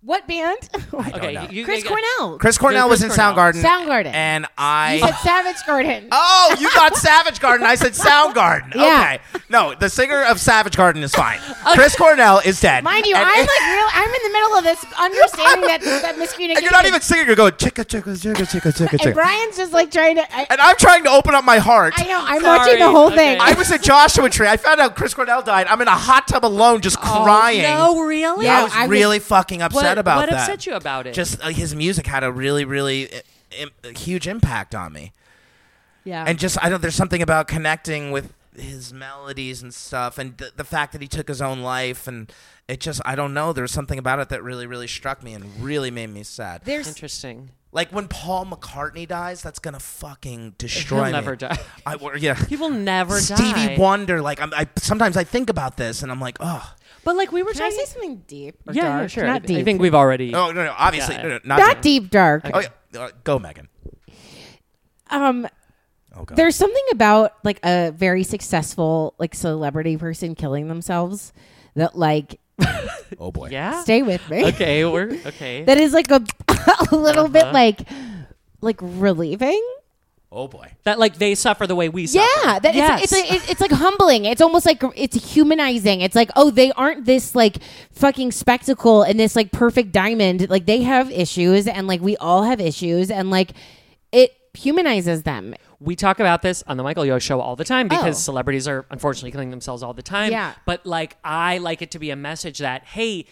What band? Oh, Okay, know. you- you- Chris you- Cornell. Chris Cornell Chris was in Cornell. Soundgarden. Soundgarden. And I. You said Savage Garden. Oh, you thought Savage Garden. I said Soundgarden. Yeah. Okay. No, the singer of Savage Garden is fine. Chris Cornell is dead. Mind you, And- I'm like real. I'm in the middle of this understanding that that miscommunication. and you're not even singing. You're going chicka chicka chicka chicka chicka And chicka. Brian's just like trying to. I, And I'm trying to open up my heart. I know. I'm Sorry. watching the whole Okay. thing. I was at Joshua Tree. I found out Chris Cornell died. I'm in a hot tub alone, just Oh, Oh, crying. No, really? I Yeah, was I was- really fucking upset What- about what that. upset you about it? Just uh, his music had a really, really uh, im- a huge impact on me, yeah. and just I don't. There's something about connecting with his melodies and stuff, and th- the fact that he took his own life, and it just I don't know. There was something about it that really, really struck me and really made me sad. There's Interesting. like when Paul McCartney dies, that's gonna fucking destroy He'll me. never die. I wor- yeah. People never die. Stevie Wonder, like I'm, I sometimes I think about this and I'm like, oh, But like we were Can I talking. say something deep? Or yeah, dark? yeah, sure. I- Not deep. I think we've already. oh no, no, obviously, Yeah. no, no, not, not deep dark. Oh, yeah. Uh, go, Megan. Um, Oh, God. there's something about like a very successful like celebrity person killing themselves that like oh boy. Yeah. stay with me. Okay, Uh-huh. we're okay. That is like a a little bit like like relieving. Oh boy. that like they suffer the way we Yeah, suffer. that yes. it's, it's, like, it's like humbling. It's almost like it's humanizing. It's like, oh, they aren't this like fucking spectacle and this like perfect diamond. Like they have issues, and like we all have issues, and like it humanizes them. we talk about this on the Michael Yo show all the time because Oh. celebrities are unfortunately killing themselves all the time. Yeah. But like I like it to be a message that, hey,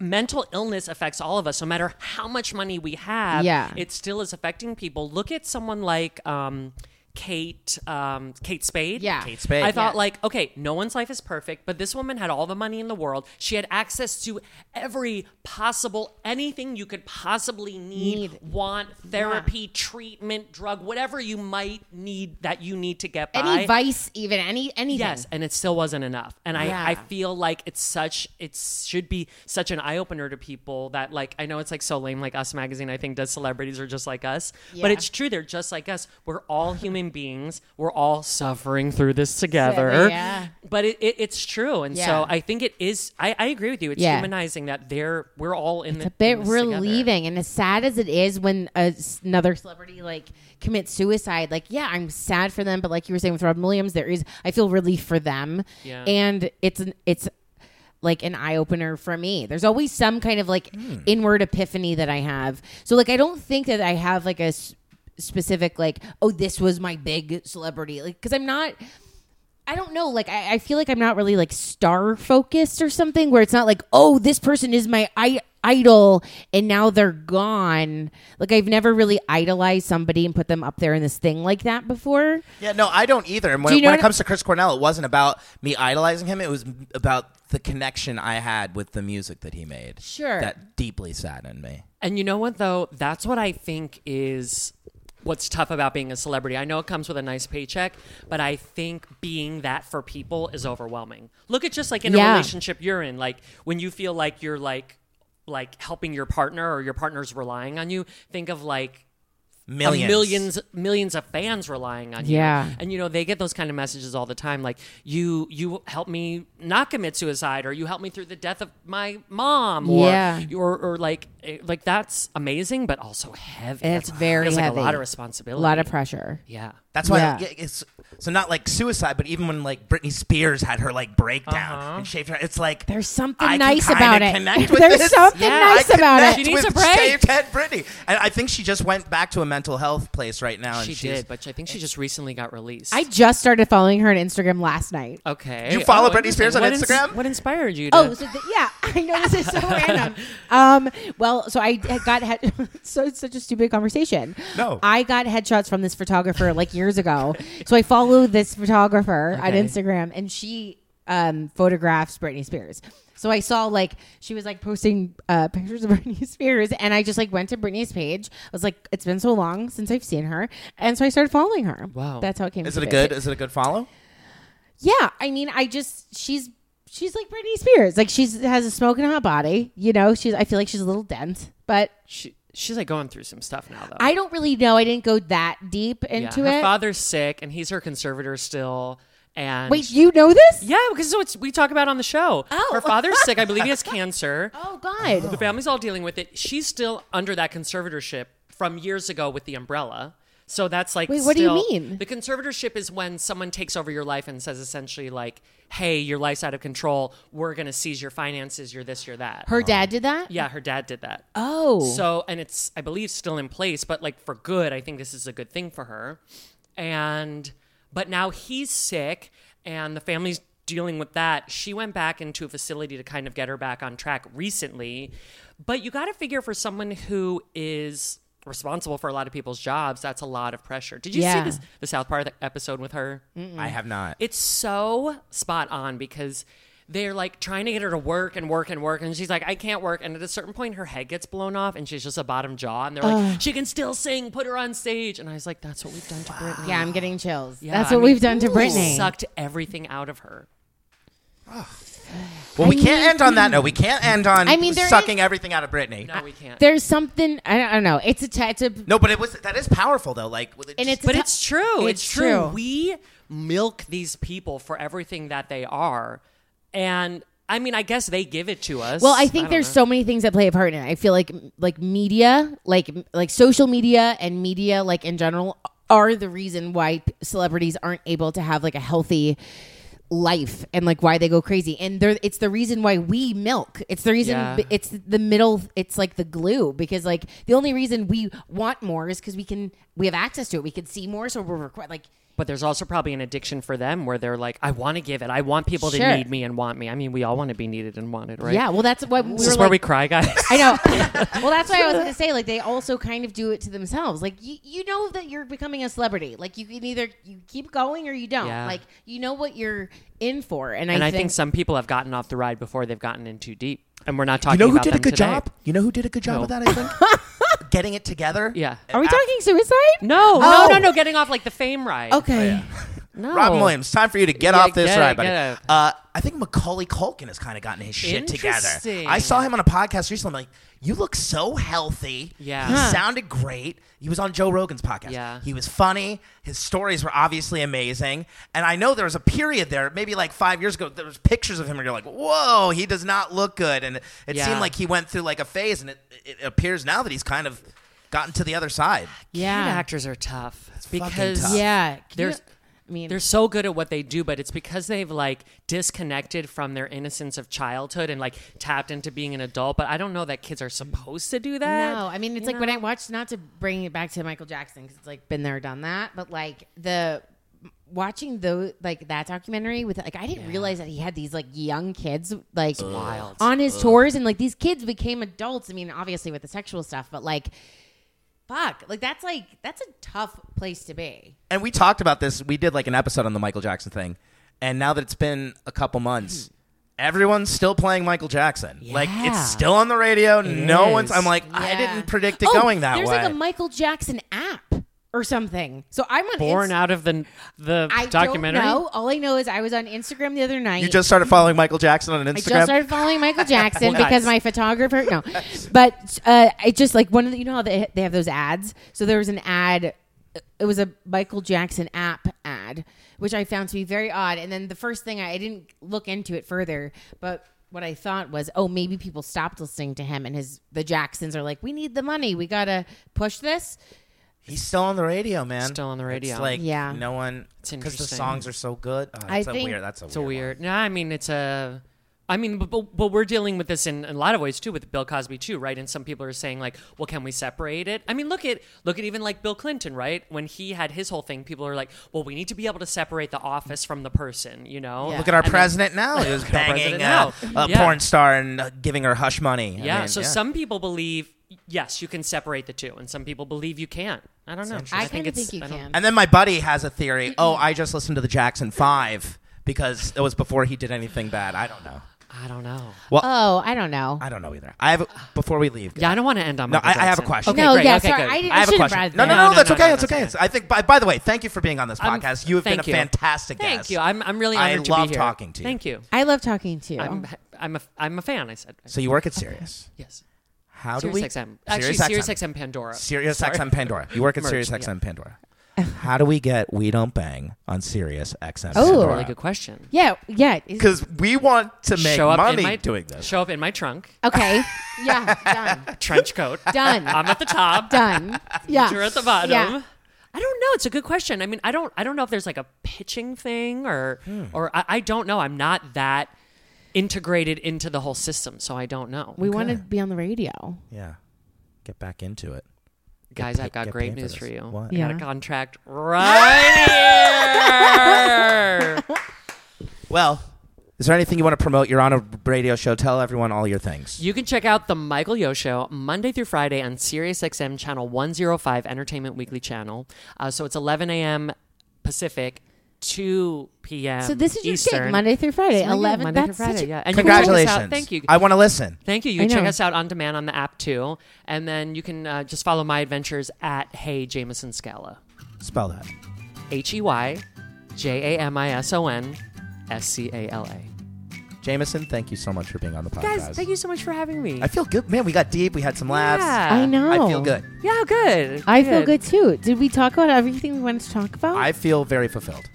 mental illness affects all of us, no matter how much money we have. Yeah. It still is affecting people. Look at someone like um Kate, um, Kate Spade. Yeah. Kate Spade. I thought, Yeah. like, okay, no one's life is perfect, but this woman had all the money in the world. She had access to every possible anything you could possibly need, Need. want, therapy, treatment, drug, whatever you might need that you need to get by. Any vice, even any anything. Yes, and it still wasn't enough. And Yeah. I, I feel like it's such it should be such an eye opener to people that like I know it's like so lame like Us magazine I think does celebrities are just like us, but Yeah. it's true they're just like us. We're all human human beings. We're all suffering through this together. Yeah. But it, it, it's true. And Yeah. so I think it is, I, I agree with you. It's Yeah. humanizing that they're, we're all in the. It's a bit in this together. relieving, and as sad as it is when a s another celebrity like commits suicide, like yeah, I'm sad for them, but like you were saying with Rob Williams, there is I feel relief for them, Yeah. and it's an it's like an eye opener for me. There's always some kind of like inward epiphany that I have. So like I don't think that I have like a s- specific like oh this was my big celebrity like because I'm not. I don't know. Like, I, I feel like I'm not really like star focused or something where it's not like, oh, this person is my I- idol and now they're gone. Like, I've never really idolized somebody and put them up there in this thing like that before. Yeah, no, I don't either. And when, Do you know when what- it comes to Chris Cornell, it wasn't about me idolizing him. It was m- about the connection I had with the music that he made. Sure. That deeply saddened me. And you know what though? That's what I think is what's tough about being a celebrity. I know it comes with a nice paycheck, but I think being that for people is overwhelming. Look at just like in a Yeah. relationship you're in, like when you feel like you're like like helping your partner or your partner's relying on you, think of like Millions. of millions millions of fans relying on you. Yeah. And you know, they get those kind of messages all the time like you you help me not commit suicide or you helped me through the death of my mom or Yeah. or, or like eh, like that's amazing but also heavy. It's That's- very feels like heavy. a lot A of responsibility. lot of pressure. yeah. That's why Yeah. yeah, it's so not like suicide, but even when like Britney Spears had her like breakdown and shaved her, it's like Uh-huh. There's something I can nice kinda about it. connect with There's this. something Yeah. nice I about connect it. She needs with a break. Shaved head Britney, and I think she just went back to a mental health place right now. And She she's, eh, did, but I think she just recently got released. I just started following her on Instagram last night. okay. You follow Britney interesting. Spears on What Instagram? what inspired you to Oh, so th- yeah, I know this is so random. Um, well, so I had got head- so it's such a stupid conversation. No. I got headshots from this photographer like years ago. so I follow this photographer on Okay. Instagram, and she um, photographs Britney Spears. So I saw like she was like posting uh, pictures of Britney Spears, and I just like went to Britney's page. I was like, it's been so long since I've seen her, and so I started following her. Wow. that's how it came. Is to it a be. good? Is it a good follow? Yeah, I mean, I just she's she's like Britney Spears. Like she's has a smoking hot body. You know, she's I feel like she's a little dense, but she, she's like going through some stuff now though. I don't really know. I didn't go that deep yeah. into Her it. father's sick and he's her conservator still and Wait, you know this? Yeah, because it's what we talk about on the show. Oh. Her father's sick. I believe he has cancer. Oh God. The family's all dealing with it. She's still under that conservatorship from years ago with the umbrella. So that's like, Wait, what do you still- mean? The conservatorship is when someone takes over your life and says essentially, like, hey, your life's out of control. We're going to seize your finances. You're this, you're that. Her dad did that. yeah, her dad did that. Oh. So, and it's, I believe, still in place, but like for good, I think this is a good thing for her. And, but now he's sick and the family's dealing with that. She went back into a facility to kind of get her back on track recently. But you got to figure for someone who is responsible for a lot of people's jobs, that's a lot of pressure. Did you Yeah. see this, the South Park episode with her? I have not. It's so spot on because they're like trying to get her to work and work and work, and she's like, I can't work. And at a certain point, her head gets blown off, and she's just a bottom jaw. And they're like, she can still sing, put her on stage. And I was like, that's what we've done to Britney. Yeah, I'm getting chills. Yeah, That's I what mean, we've done to we Britney. Sucked everything out of her. Well, we can't end on that note. We can't end on I mean, there sucking everything out of Britney. No, we can't. There's something I don't, I don't know. It's a t- it's a No, but it was that is powerful though. Like, with it and just- it's a but t- it's true. It's, It's true. true. We milk these people for everything that they are. And I mean, I guess they give it to us. Well, I think don't there's so many things that play a part in it. I feel like like media, like like social media and media like in general are the reason why p- celebrities aren't able to have like a healthy life and like why they go crazy. And there it's the reason why we milk. It's the reason Yeah. b- it's the middle it's like the glue because like the only reason we want more is cuz we can we have access to it. We can see more so we're requ- like But there's also probably an addiction for them where they're like, I want to give it. I want people Sure. to need me and want me. I mean, we all want to be needed and wanted, right? yeah, well that's what we This were is where like- we cry, guys. I know. well, that's why I was going to say, like, they also kind of do it to themselves. Like, you, you know that you're becoming a celebrity. Like, you can either you keep going or you don't. Yeah. Like, you know what you're in for. And, and I, I think some people have gotten off the ride before they've gotten in too deep. And we're not talking you know who about did a them good today. job? You know who did a good job No. of that? I think getting it together. Yeah. Are we talking suicide? No, Oh. no, no, no. Getting off like the fame ride. Okay. No. Robin Williams, time for you to get Yeah, off this get ride, it, buddy. get it. Uh, I think Macaulay Culkin has kind of gotten his shit together. Interesting. I saw him on a podcast recently. I'm like, you look so healthy. Yeah. He Huh. sounded great. He was on Joe Rogan's podcast. Yeah. He was funny. His stories were obviously amazing. And I know there was a period there, maybe like five years ago, there was pictures of him and you're like, whoa, he does not look good. And it, it Yeah. seemed like he went through like a phase and it, it appears now that he's kind of gotten to the other side. Kid yeah. actors are tough fucking because tough. Yeah. Can you- There's- I mean, They're so good at what they do, but it's because they've like disconnected from their innocence of childhood and like tapped into being an adult. But I don't know that kids are supposed to do that. No, I mean it's like when I watched. Not to bring it back to Michael Jackson because it's like been there, done that. But like the watching those like that documentary with like I didn't realize that he had these like young kids like wild. on his tours and like these kids became adults. I mean, obviously with the sexual stuff, but like. Fuck, like that's like that's a tough place to be. and we talked about this. We did like an episode on the Michael Jackson thing, and now that it's been a couple months, everyone's still playing Michael Jackson. Like Yeah. it's still on the radio. no is. one's. I'm like, I Yeah. didn't predict it Oh, going that there's way. like a Michael Jackson app or something. So I'm on Born Inst- out of the the I documentary. don't know. All I know is I was on Instagram the other night. you just started following Michael Jackson on I Instagram. just started following Michael Jackson Nice. because my photographer. No, but uh, I just like one of the, you know how they, they have those ads. So there was an ad. It was a Michael Jackson app ad, which I found to be very odd. And then the first thing I, I didn't look into it further, but what I thought was, oh, maybe people stopped listening to him, and his the Jacksons are like, we need the money, we gotta push this. He's still on the radio, man. Still on the radio. It's like Yeah. no one because the interesting. songs are so good. Oh, I that's a think- weird. That's a It's a weird. one. weird. No, I mean it's a. I mean, but, but, but we're dealing with this in, in a lot of ways too, with Bill Cosby too, right? And some people are saying like, well, can we separate it? I mean, look at look at even like Bill Clinton, right? When he had his whole thing, people are like, well, we need to be able to separate the office from the person, you know? Yeah. Look at our And then- president now. He was at our banging uh, president now. a Yeah. porn star and uh, giving her hush money. I yeah. mean, so some people believe yes, you can separate the two, and some people believe you can't. I don't know. I, kind of think it's- think you I don't- can. And then my buddy has a theory. Oh, I just listened to the Jackson Five because it was before he did anything bad. I don't know. I don't know. oh, I don't know. I don't know either. I have before we leave. Yeah, I don't want to end on. No, Michael I- I have a Jackson. question. Okay, No, great. yeah, okay, sorry, good. I didn't- I have a shouldn't have question. brought it No, no, there. no, No, that's no, okay. no, that's that's okay. okay. It's- I think. By, by the way, thank you for being on this I'm- podcast. You have been a thank you. fantastic guest. Thank you. I'm I'm really honored I to be love here. talking to you. Thank you. I love talking to you. I'm I'm a I'm a fan. I said So you work at Sirius. yes. How do Sirius we? XM. Actually, Sirius XM Pandora. Sirius Sorry. XM Pandora. You work at Merged, Sirius yeah. XM Pandora. How do we get We Don't Bang on Sirius XM? Oh. That's a Pandora? really good question. yeah, yeah. Is- Because we want to make show up money in my doing this. Show up in my trunk, Okay. Yeah. Done. trench coat. Done. I'm at the top. Done. Yeah. You're at the bottom. Yeah. I don't know. It's a good question. I mean, I don't. I don't know if there's like a pitching thing or Hmm. or I, I don't know. I'm not that integrated into the whole system, so I don't know. We want to be on the radio. Yeah. Get back into it. Guys, pa- I've got get great paid for news this. for you. What? I got Yeah. a contract right here. Well, is there anything you want to promote? You're on a radio show. Tell everyone all your things. You can check out the Michael Yo Show Monday through Friday on SiriusXM channel 105 Entertainment Weekly channel. Uh, so it's 11 a.m. Pacific, 2 p.m. So this is your Eastern. gig Um, Monday through Friday, It's my gig, eleven. Monday that's through Friday. such a- yeah. And you can check us out- Congratulations. Thank you. I want to listen. Thank you. You I can check know. us out on demand on the app too, and then you can uh, just follow my adventures at Hey Jameson Scala. Spell that. H E Y J A M I S O N S C A L A. Jameson, thank you so much for being on the podcast. Guys, thank you so much for having me. I feel good. Man, we got deep. We had some laughs. Yeah. I know. I feel good. Yeah, good. I feel good too. Did we talk about everything we wanted to talk about? I feel very fulfilled.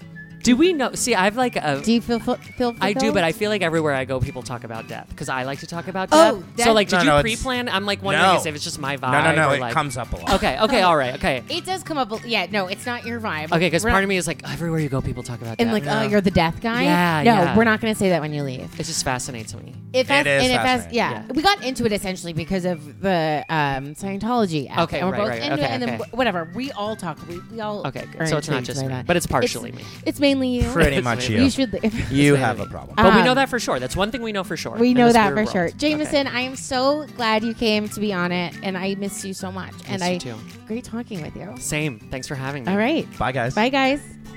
Do we know? See, I've like a. do you feel feel? feel I do, fulfilled? but I feel like everywhere I go, people talk about death because I like to talk about death. Oh, so that- like, did No, no, you it's- pre-plan? I'm like wondering No. if it's just my vibe. No, no, no. or, It like- comes up a lot. Okay, okay, all right, okay, okay. It does come up. Yeah. No, it's not your vibe. Because We're part not- of me is like, everywhere you go, people talk about And death. like, oh, you're the death guy. Yeah, No, yeah. we're not going to say that when you leave. it just fascinates me. If It as- is and if as- fascinating. yeah. Yeah. we got into it essentially because of the um, Scientology. Act. Okay, and we're right, both right, into okay, it, and then okay. wh- whatever. We all talk. We, we all Okay, good. are So it's not intrigued just by me, that. but it's partially me. It's mainly you. Pretty It's much me. you. You should. leave. You have a problem. But we know Um, that for sure. That's one thing we know for sure. We in know this that for weird sure. world. Jameson, I am so glad you came to be on it, and I miss you so much. and Miss you I too. great talking with you. Same. Thanks for having me. All right. Bye, guys. Bye guys.